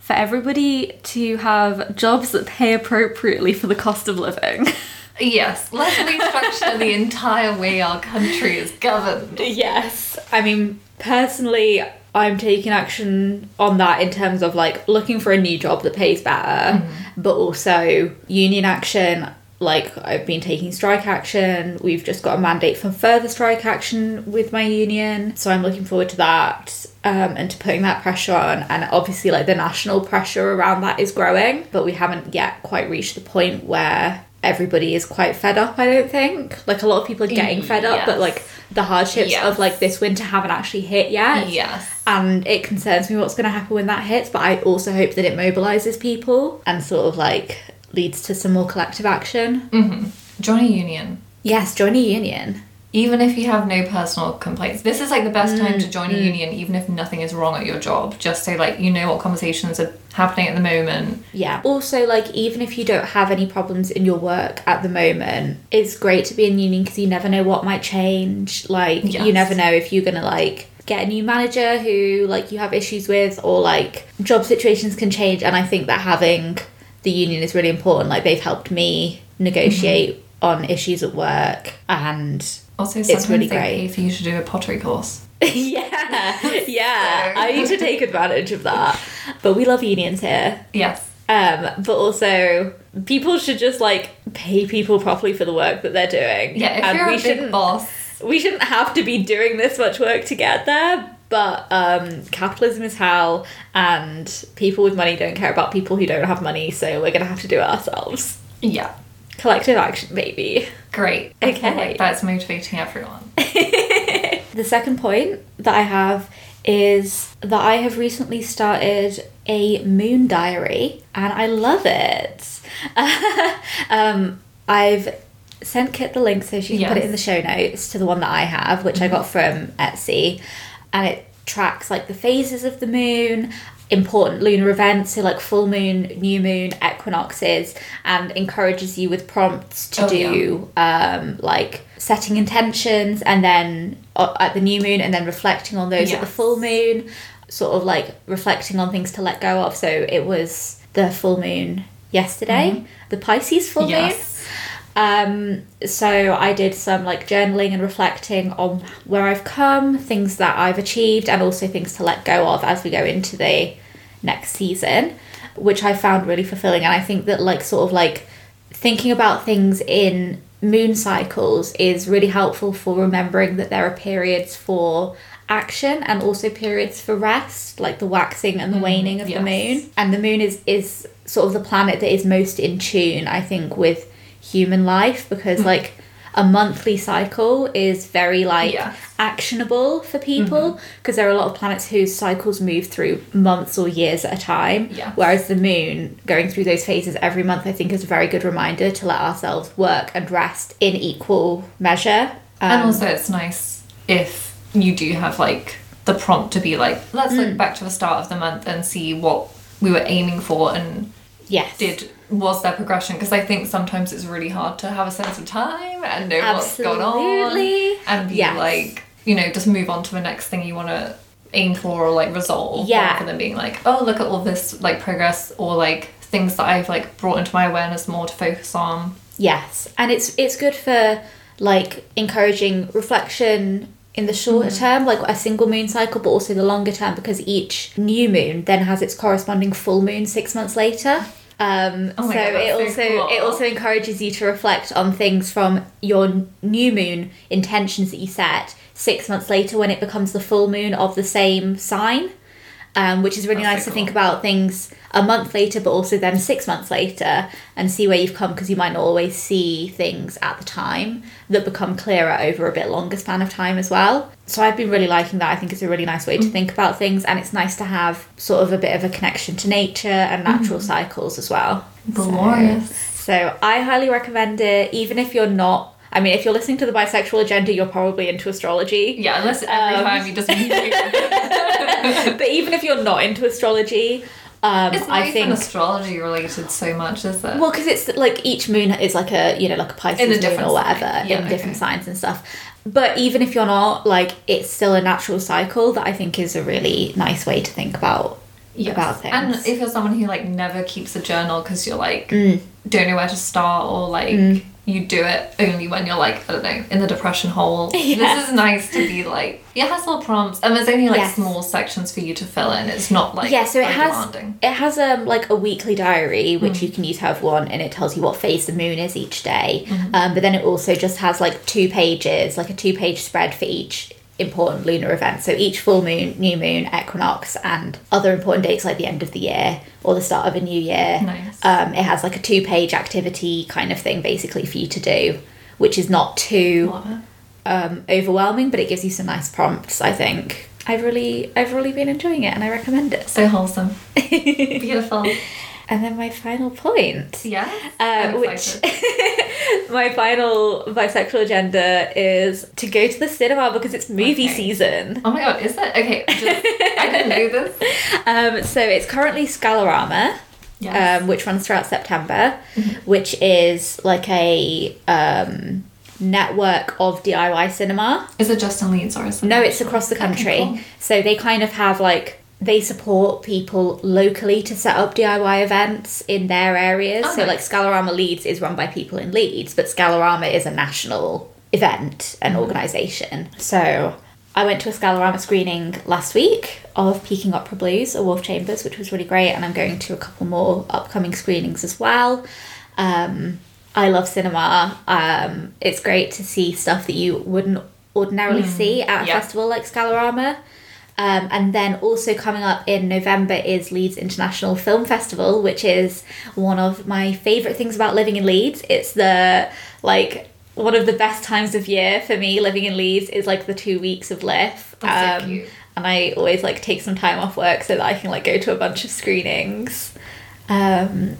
S2: for everybody to have jobs that pay appropriately for the cost of living.
S1: Yes. Let's restructure the entire way our country is governed.
S2: yes. I mean, personally, I'm taking action on that in terms of like looking for a new job that pays better, but also union action. Like, I've been taking strike action. We've just got a mandate for further strike action with my union. So I'm looking forward to that um, and to putting that pressure on. And obviously, like, the national pressure around that is growing, but we haven't yet quite reached the point where everybody is quite fed up, I don't think. Like, a lot of people are getting fed up,
S1: Yes.
S2: but like, the hardships
S1: Yes.
S2: of like this winter haven't actually hit yet.
S1: Yes.
S2: And it concerns me what's going to happen when that hits, but I also hope that it mobilizes people and sort of like leads to some more collective action.
S1: Join a union.
S2: Yes, join a union.
S1: Even if you have no personal complaints, this is like the best time
S2: Mm,
S1: to join a union, even if nothing is wrong at your job. Just so like you know what conversations are happening at the moment.
S2: Yeah. Also, like, even if you don't have any problems in your work at the moment, it's great to be in union because you never know what might change. Like, you
S1: Yes.
S2: never know if you're going to, like, get a new manager who, like, you have issues with, or, like, job situations can change. And I think that having the union is really important. Like, they've helped me negotiate on issues at work and.
S1: Also, sometimes
S2: really
S1: they
S2: great.
S1: pay for you to do a pottery course.
S2: yeah, yeah. I need to take advantage of that. But we love unions here.
S1: Yes.
S2: Um, but also, people should just like pay people properly for the work that they're doing.
S1: Yeah. If
S2: And
S1: you're a
S2: Uh, we
S1: big
S2: shouldn't,
S1: boss,
S2: we shouldn't have to be doing this much work to get there. But um, capitalism is hell, and people with money don't care about people who don't have money. So we're gonna have to do it ourselves.
S1: yeah.
S2: Collective action, baby.
S1: Great. I feel
S2: Okay.
S1: Like that's motivating everyone.
S2: The second point that I have is that I have recently started a moon diary, and I love it. um, I've sent Kit the link so she can put
S1: Yes. Mm-hmm.
S2: it in the show notes to the one that I have, which I got from Etsy, and it tracks like the phases of the moon. Important lunar events, so like full moon, new moon, equinoxes, and encourages you with prompts to
S1: Oh,
S2: do um, like setting intentions and then uh, at the new moon and then reflecting on those at the
S1: Yes.
S2: full moon, sort of like reflecting on things to let go of. So it was the full moon yesterday, the Pisces full moon.
S1: Mm-hmm. Yes.
S2: Um, so I did some like journaling and reflecting on where I've come, things that I've achieved, and also things to let go of as we go into the next season, which I found really fulfilling. And I think that like sort of like thinking about things in moon cycles is really helpful for remembering that there are periods for action and also periods for rest, like the waxing and the waning of the
S1: yes.
S2: moon and the moon is is sort of the planet that is most in tune i think with human life because like a monthly cycle is very like
S1: Yes.
S2: actionable for people because there are a lot of planets whose cycles move through months or years at a time
S1: Yes.
S2: whereas the moon going through those phases every month i think is a very good reminder to let ourselves work and rest in equal measure Um,
S1: and also, it's nice if you do have like the prompt to be like, let's
S2: Mm.
S1: look back to the start of the month and see what we were aiming for and
S2: yes
S1: did was there progression because I think sometimes it's really hard to have a sense of time and know what's
S2: Absolutely.
S1: going on and be
S2: Yes.
S1: like you know just move on to the next thing you want to aim for or like resolve
S2: Yeah.
S1: rather than being like oh look at all this like progress or like things that I've like brought into my awareness more to focus on
S2: Yes, and it's it's good for like encouraging reflection in the shorter
S1: Mm.
S2: term, like a single moon cycle, but also the longer term because each new moon then has its corresponding full moon six months later. Um,
S1: Oh my
S2: so
S1: God,
S2: it also
S1: that's so cool.
S2: it also encourages you to reflect on things from your n- new moon intentions that you set six months later when it becomes the full moon of the same sign. Um, which is really
S1: That's
S2: nice
S1: so
S2: to think
S1: cool.
S2: about things a month later, but also then six months later, and see where you've come because you might not always see things at the time that become clearer over a bit longer span of time as well. So I've been really liking that. I think it's a really nice way
S1: Mm.
S2: to think about things, and it's nice to have sort of a bit of a connection to nature and natural cycles as well. So-
S1: Mm. Glorious.
S2: so I highly recommend it, even if you're not. I mean, if you're listening to the bisexual agenda, you're probably into astrology.
S1: yeah unless every
S2: Um,
S1: time you just it's
S2: but even if you're not into astrology, um,
S1: not
S2: I
S1: even
S2: think
S1: astrology related so much is it
S2: well, because it's like each moon is like a you know like a Pisces
S1: In a
S2: moon
S1: different
S2: or whatever
S1: sign. Yeah,
S2: in different
S1: okay.
S2: signs and stuff. But even if you're not, like it's still a natural cycle that I think is a really nice way to think about
S1: Yes.
S2: about things.
S1: And if you're someone who like never keeps a journal because you're like
S2: Mm.
S1: don't know where to start or like you do it only when you're like I don't know in the depression hole.
S2: Yeah.
S1: This is nice to be like it has little prompts and there's only like
S2: Yes.
S1: small sections for you to fill in. It's not like
S2: yeah so it
S1: very
S2: has
S1: demanding.
S2: it has um like a weekly diary which
S1: Mm.
S2: you can use however you want and it tells you what phase the moon is each day
S1: Mm-hmm.
S2: um, but then it also just has like two pages like a two page spread for each important lunar event so each full moon new moon equinox and other important dates like the end of the year or the start of a new year
S1: Nice.
S2: um, it has like a two page activity kind of thing basically for you to do which is not too
S1: Love it.
S2: um, overwhelming but it gives you some nice prompts i think i've really i've really been enjoying it and i recommend it
S1: So wholesome. Beautiful.
S2: and then my final point.
S1: Yeah.
S2: Uh,
S1: I'm
S2: which
S1: excited.
S2: my final bisexual agenda is to go to the cinema because it's movie
S1: Okay.
S2: season.
S1: Oh my god, is it? Okay, just, I didn't know this.
S2: Um, so it's currently Scalarama,
S1: Yes.
S2: um, which runs throughout September, which is like a um, network of DIY cinema.
S1: is it Justin Leeds or is it?
S2: No, it's across the country.
S1: cool.
S2: So they kind of have like they support people locally to set up DIY events in their areas.
S1: Oh,
S2: so like
S1: nice.
S2: Scalarama Leeds is run by people in Leeds, but Scalarama is a national event
S1: Mm.
S2: and organisation. So I went to a Scalarama screening last week of Peking Opera Blues or Wolf Chambers, which was really great, and I'm going to a couple more upcoming screenings as well. Um, I love cinema. Um, it's great to see stuff that you wouldn't ordinarily see at a
S1: Hmm. yeah.
S2: festival like Scalarama. Um, and then also coming up in November is Leeds International Film Festival, which is one of my favourite things about living in Leeds. It's the like one of the best times of year for me living in Leeds is like the two weeks of Liff.
S1: That's so
S2: Um,
S1: cute.
S2: and I always like take some time off work so that I can like go to a bunch of screenings. Um,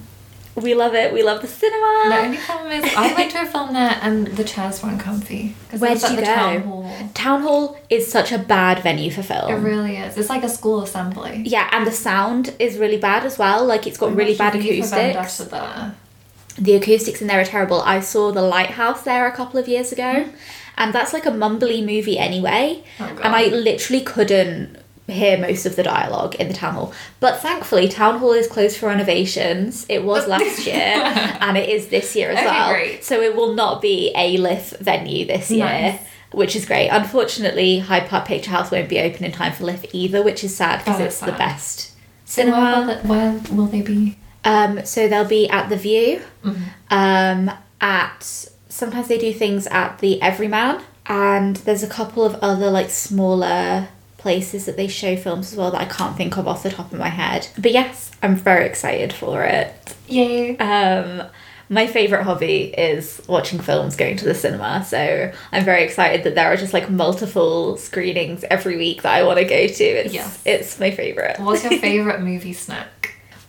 S2: we love it. We love the cinema.
S1: The only problem is I went to a film there and the chairs weren't comfy. 'cause it
S2: Where
S1: was
S2: did
S1: at
S2: you
S1: the
S2: go?
S1: Town hall.
S2: Town hall is such a bad venue for
S1: It
S2: film.
S1: really is. It's like a school assembly.
S2: yeah, and the sound is really bad as well. Like it's got
S1: I'm
S2: really
S1: actually
S2: bad
S1: leaving for Vendetta
S2: acoustics.
S1: there.
S2: The acoustics in there are terrible. I saw The Lighthouse there a couple of years ago, and that's like a mumbly movie anyway.
S1: Hmm. Oh, God.
S2: and I literally couldn't hear most of the dialogue in the town hall. But thankfully, town hall is closed for renovations. It was last year, and it is this year as
S1: Oh. Okay,
S2: well.
S1: great.
S2: So it will not be a LIF venue this year.
S1: Nice.
S2: Which is great. Unfortunately, Hyde Park Picture House won't be open in time for LIF either, which is sad because
S1: Oh,
S2: it's
S1: that's
S2: the
S1: sad.
S2: best
S1: So where will,
S2: cinema.
S1: the- where will they be?
S2: Um, so they'll be at the View. Um, at sometimes they do things at the Everyman, and there's a couple of other like smaller places that they show films as well that I can't think of off the top of my head. But yes, I'm very excited for it.
S1: Yay.
S2: Um, my favorite hobby is watching films, going to the cinema. So I'm very excited that there are just like multiple screenings every week that I want to go to. It's
S1: Yes.
S2: it's my favorite.
S1: What's your favourite movie snack?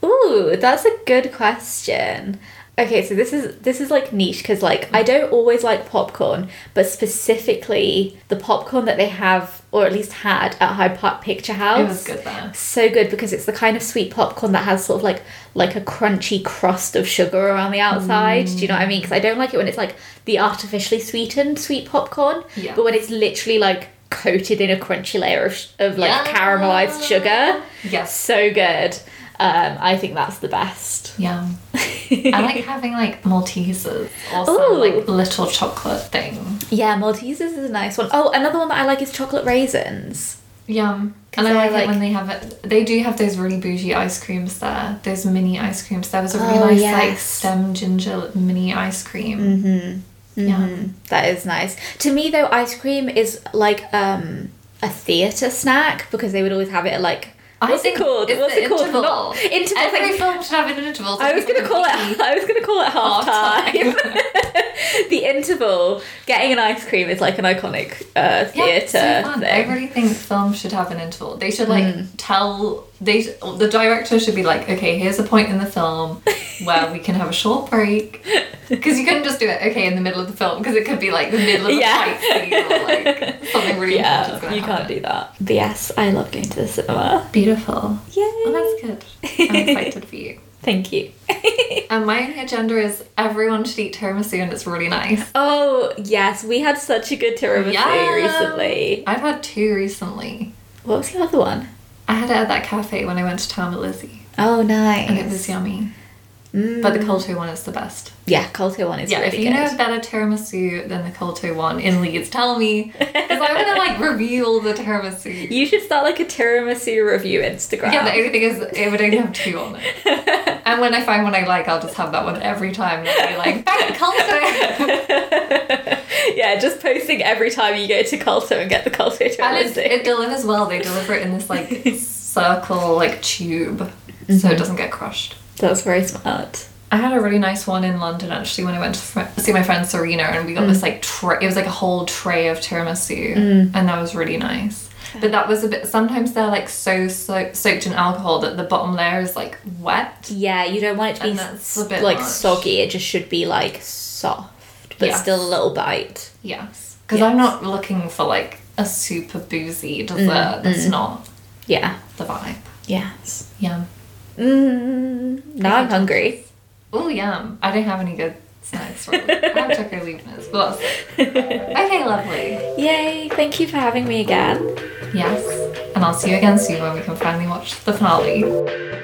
S2: Ooh, that's a good question. Okay, so this is this is like niche because like I don't always like popcorn, but specifically the popcorn that they have or at least had at Hyde Park Picture House.
S1: It was good there.
S2: So good because it's the kind of sweet popcorn that has sort of like like a crunchy crust of sugar around the outside. Do you know what I mean? Because I don't like it when it's like the artificially sweetened sweet popcorn,
S1: Yeah.
S2: but when it's literally like coated in a crunchy layer of, sh- of like
S1: Yeah.
S2: caramelized sugar.
S1: Yes.
S2: So good. Um, I think that's the best.
S1: Yum. I like having like Maltesers or some
S2: Ooh.
S1: like little chocolate thing.
S2: Yeah, Maltesers is a nice one. Oh, another one that I like is chocolate raisins.
S1: Yum.
S2: 'Cause
S1: And I
S2: they're,
S1: like,
S2: like-
S1: it when they have it. They do have those really bougie ice creams there. Those mini ice creams. There was a really
S2: Oh,
S1: nice like
S2: yes.
S1: stem ginger mini ice cream.
S2: Mm, that is nice. To me, though, ice cream is like um, a theatre snack because they would always have it at like.
S1: I
S2: What's it
S1: think
S2: called?
S1: it's
S2: What's
S1: the
S2: it called?
S1: interval.
S2: Not- interval,
S1: Every
S2: thank you.
S1: film should have an interval.
S2: I was gonna call it. I was gonna call it half time.
S1: Half-time.
S2: the interval. Getting an ice cream is like an iconic uh, theatre
S1: I
S2: thing. Mm.
S1: really think film should have an interval. They should like tell they sh- the director should be like, okay, here's a point in the film where we can have a short break because you couldn't just do it okay in the middle of the film because it could be like the middle of a
S2: Yeah.
S1: fight scene or like something really important's
S2: yeah,
S1: gonna
S2: you can't
S1: happen.
S2: do that. But yes, I love going to the cinema.
S1: Beautiful.
S2: Yay!
S1: Well, that's good. I'm excited for you.
S2: Thank you.
S1: And my only agenda is everyone should eat tiramisu and it's really nice.
S2: Oh yes, we had such a good tiramisu
S1: Yum.
S2: recently.
S1: I've had two recently.
S2: What was the other one?
S1: I had it at that cafe when I went to town with Lizzie,
S2: Oh nice.
S1: and it was yummy.
S2: Mm.
S1: But the Colto one is the best.
S2: yeah, Colto one is
S1: yeah,
S2: really
S1: if you
S2: good.
S1: know a better tiramisu than the Colto one in Leeds, tell me because I'm gonna like reveal the tiramisu.
S2: You should start like a tiramisu review Instagram.
S1: Yeah, the only thing is it would only have two on it, and when I find one I like, I'll just have that one every time. And I'll be like, back at Colto.
S2: yeah, just posting every time you go to Colto and get the Colto
S1: and it,
S2: tiramisu.
S1: it delivers well. They deliver it in this like circle like tube, so it doesn't get crushed.
S2: That's very smart.
S1: I had a really nice one in London actually when I went to fr- see my friend Serena and we got this like tray. It was like a whole tray of tiramisu and that was really nice. But that was a bit. Sometimes they're like so so soaked in alcohol that the bottom layer is like wet.
S2: Yeah, you don't want it to
S1: And
S2: be
S1: that's
S2: s-
S1: a bit
S2: like
S1: much.
S2: soggy. It just should be like soft, but
S1: Yes.
S2: still a little bite.
S1: Yes, because I'm
S2: Yes.
S1: not looking for like a super boozy dessert. That's not
S2: Yeah.
S1: the vibe.
S2: Yes.
S1: Yum.
S2: Mm, now I'm hungry.
S1: Oh yum! I don't have any good snacks. Really. I have Choco Leibniz, but okay, lovely.
S2: Yay! Thank you for having me again.
S1: Yes, and I'll see you again soon when we can finally watch the finale.